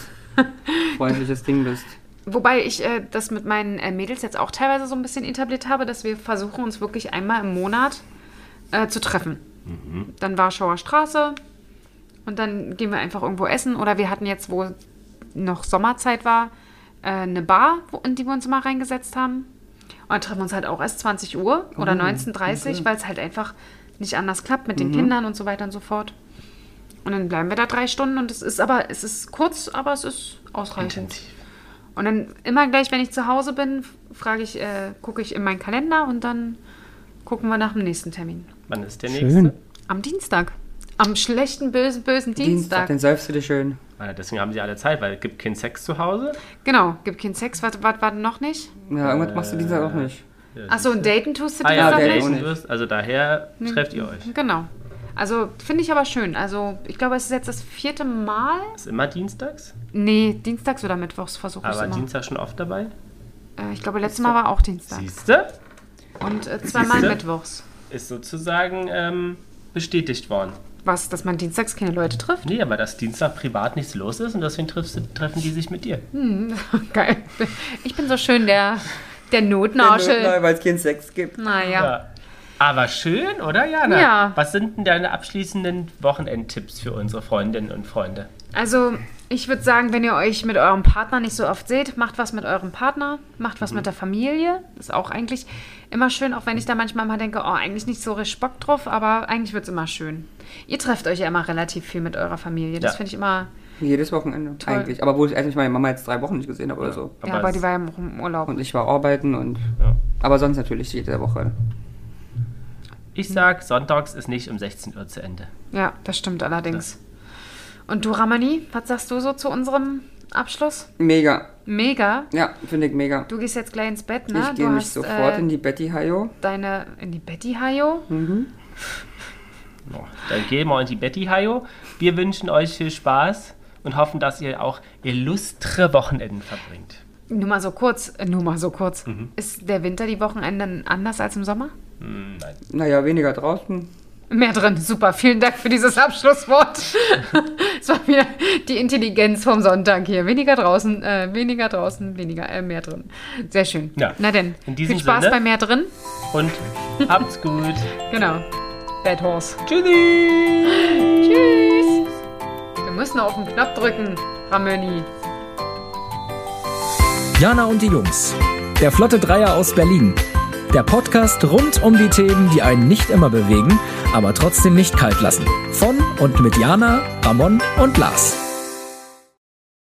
B: freundliches Ding bist.
A: Wobei ich äh, das mit meinen äh, Mädels jetzt auch teilweise so ein bisschen etabliert habe, dass wir versuchen, uns wirklich einmal im Monat äh, zu treffen. Dann Warschauer Straße und dann gehen wir einfach irgendwo essen. Oder wir hatten jetzt, wo noch Sommerzeit war, äh, eine Bar, wo, in die wir uns mal reingesetzt haben. Und dann treffen wir uns halt auch erst 20 Uhr oder 19.30 weil es halt einfach nicht anders klappt mit den Kindern und so weiter und so fort. Und dann bleiben wir da drei Stunden und es ist aber, es ist kurz, aber es ist ausreichend.
C: Intensiv.
A: Und dann immer gleich, wenn ich zu Hause bin, frage ich, äh, gucke ich in meinen Kalender und dann gucken wir nach dem nächsten Termin.
C: Wann ist der nächste?
A: Am Dienstag. Am schlechten, bösen, bösen Dienstag.
B: Dann säufst du dich schön.
C: Ah, deswegen haben sie alle Zeit, weil es gibt keinen Sex zu Hause.
A: Genau, gibt keinen Sex. Was war denn noch nicht?
B: Ja, irgendwas machst du Dienstag auch nicht.
A: Achso, ein Daten tust du
C: Ah ja,
A: Dienstag
B: der
A: nicht?
B: auch
C: daten
B: nicht.
C: wirst, also daher
A: Hm.
C: trefft ihr euch.
A: Genau. Also finde ich aber schön. Also ich glaube, es ist jetzt das vierte Mal.
C: Ist immer dienstags,
A: Nee, dienstags oder mittwochs versuche ich es
C: aber
A: immer.
C: Dienstag schon oft dabei.
A: Äh, ich glaube, letztes Mal war auch Dienstag.
C: Siehste,
A: Und äh, zweimal
C: Siehste?
A: mittwochs.
C: ist sozusagen ähm, bestätigt worden.
A: Was, dass man dienstags keine Leute trifft?
C: Nee, aber dass Dienstag privat nichts los ist und deswegen triffst du, treffen die sich mit dir.
A: Geil. Ich bin so schön der, der Notnarschel.
B: Genau, Weil es keinen Sex gibt.
A: Naja.
C: Ja. Aber schön, oder Jana?
A: Ja.
C: Was sind denn deine abschließenden Wochenendtipps für unsere Freundinnen und Freunde?
A: Also, ich würde sagen, wenn ihr euch mit eurem Partner nicht so oft seht, macht was mit eurem Partner,
B: Mhm.
A: macht was mit der Familie. Ist auch eigentlich immer schön, auch wenn ich da manchmal mal denke, oh, eigentlich nicht so richtig Bock drauf, aber eigentlich wird es immer schön. Ihr trefft euch ja immer relativ viel mit eurer Familie. Das
C: Ja.
A: finde ich immer.
B: Jedes Wochenende eigentlich. Aber wo ich eigentlich meine Mama jetzt drei Wochen nicht gesehen habe oder so.
A: ja, aber
C: es-
A: die war ja im- im Urlaub.
B: Und ich war arbeiten und.
C: Ja.
B: Aber sonst natürlich jede Woche.
C: Ich sag, sonntags ist nicht um 16 Uhr zu Ende.
A: Ja, das stimmt allerdings. Und du, Ramani, was sagst du so zu unserem Abschluss?
B: Mega.
A: Mega.
B: Ja, finde ich mega.
A: Du gehst jetzt gleich ins Bett, ne?
B: ich
A: du
B: gehe mich
A: hast,
B: sofort
A: äh,
B: in die Betty Hayo.
A: deine in die Betty Hayo.
C: Ja, Dann gehen wir in die Betty Hayo. Wir wünschen euch viel Spaß und hoffen, dass ihr auch illustre Wochenenden verbringt.
A: Nur mal so kurz, äh, nur mal so kurz.
C: Mhm.
A: Ist der Winter die Wochenenden anders als im Sommer?
C: Hm, nein.
B: Naja, weniger draußen.
A: Mehr drin, super. Vielen Dank für dieses Abschlusswort. Es war wieder die Intelligenz vom Sonntag hier. Weniger draußen, äh, weniger draußen, weniger, äh, mehr drin. Sehr schön.
C: Ja.
A: Na denn,
C: In diesem
A: viel Spaß
C: Sinne.
A: bei mehr drin.
C: Und habt's gut.
A: Genau. Bad Horse.
C: Tschüssi!
A: Tschüss. Wir müssen auf den Knopf drücken, Ramöni.
D: Jana und die Jungs. Der Flotte Dreier aus Berlin. Der Podcast rund um die Themen, die einen nicht immer bewegen, aber trotzdem nicht kalt lassen. Von und mit Jana, Ramon und Lars.